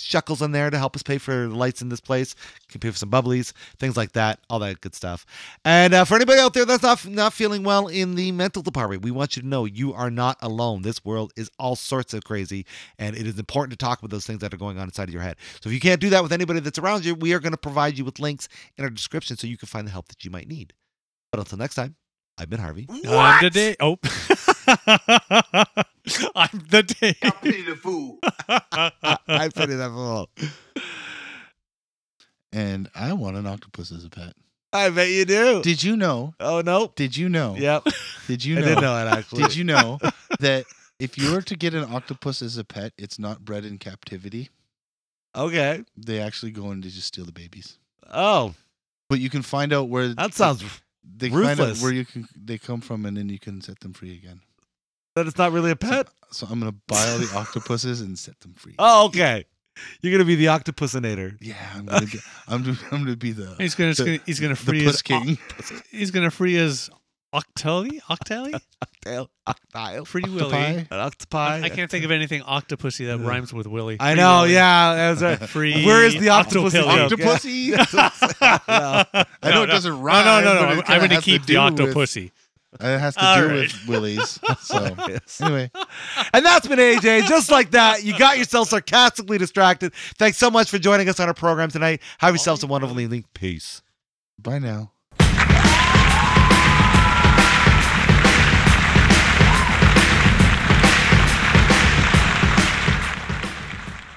A: shekels in there to help us pay for the lights in this place. Can pay for some bubblies, things like that, all that good stuff. And uh, for anybody out there that's not not feeling well in the mental department, we want you to know you are not alone. This world is all sorts of crazy, and it is important to talk about those things that are going on inside of your head. So if you can't do that with anybody that's around you, we are going to provide you with links in our description so you can find the help that you might need. But until next time, I've been Harvey.
C: I'm the day. Oh, I'm the day.
B: the fool.
A: I'm pretty that fool.
E: And I want an octopus as a pet.
A: I bet you do.
E: Did you know?
A: oh no.
E: Did you know?
A: Yep.
E: Did you
A: I
E: know?
A: didn't know it actually.
E: Did you know that if you were to get an octopus as a pet, it's not bred in captivity?
A: Okay.
E: They actually go in to just steal the babies.
A: Oh,
E: But you can find out where
A: that sounds
E: they can find out
A: ruthless.
E: where you can they come from, and then you can set them free again.
A: that it's not really a pet.
E: So I'm gonna buy all the octopuses and set them free.
A: Oh, okay. You're gonna be the octopusinator.
E: Yeah, I'm gonna, get, I'm, gonna, I'm gonna be the
C: he's gonna,
E: The-
C: gonna he's gonna
E: the
C: free
E: puss
C: his
E: king.
C: he's gonna free his octally octally
A: Octile. Octile.
C: free
E: Octopi?
C: Willy.
A: An octopi.
C: I, I can't think of anything octopusy that rhymes with Willy.
A: I
C: Free
A: know.
C: Willy.
A: Yeah. That was right.
C: Free
A: Where is the octopus
C: Octopilly.
A: joke?
E: Octopussy.
A: No.
E: I know
C: Oh, No, no.
E: it doesn't
C: No,
E: rhyme.
C: no, no, no.
E: but it
C: I'm,
E: kinda
C: I'm going to
E: has
C: keep the
E: do with-
C: octopussy.
E: It has to
C: All
E: do
C: right.
E: with willies. So
A: Yes.
E: anyway,
A: And that's been AJ. Just like that, you got yourself sarcastically distracted. Thanks so much for joining us on our program tonight. Have yourselves a wonderful evening. Peace.
E: bye now.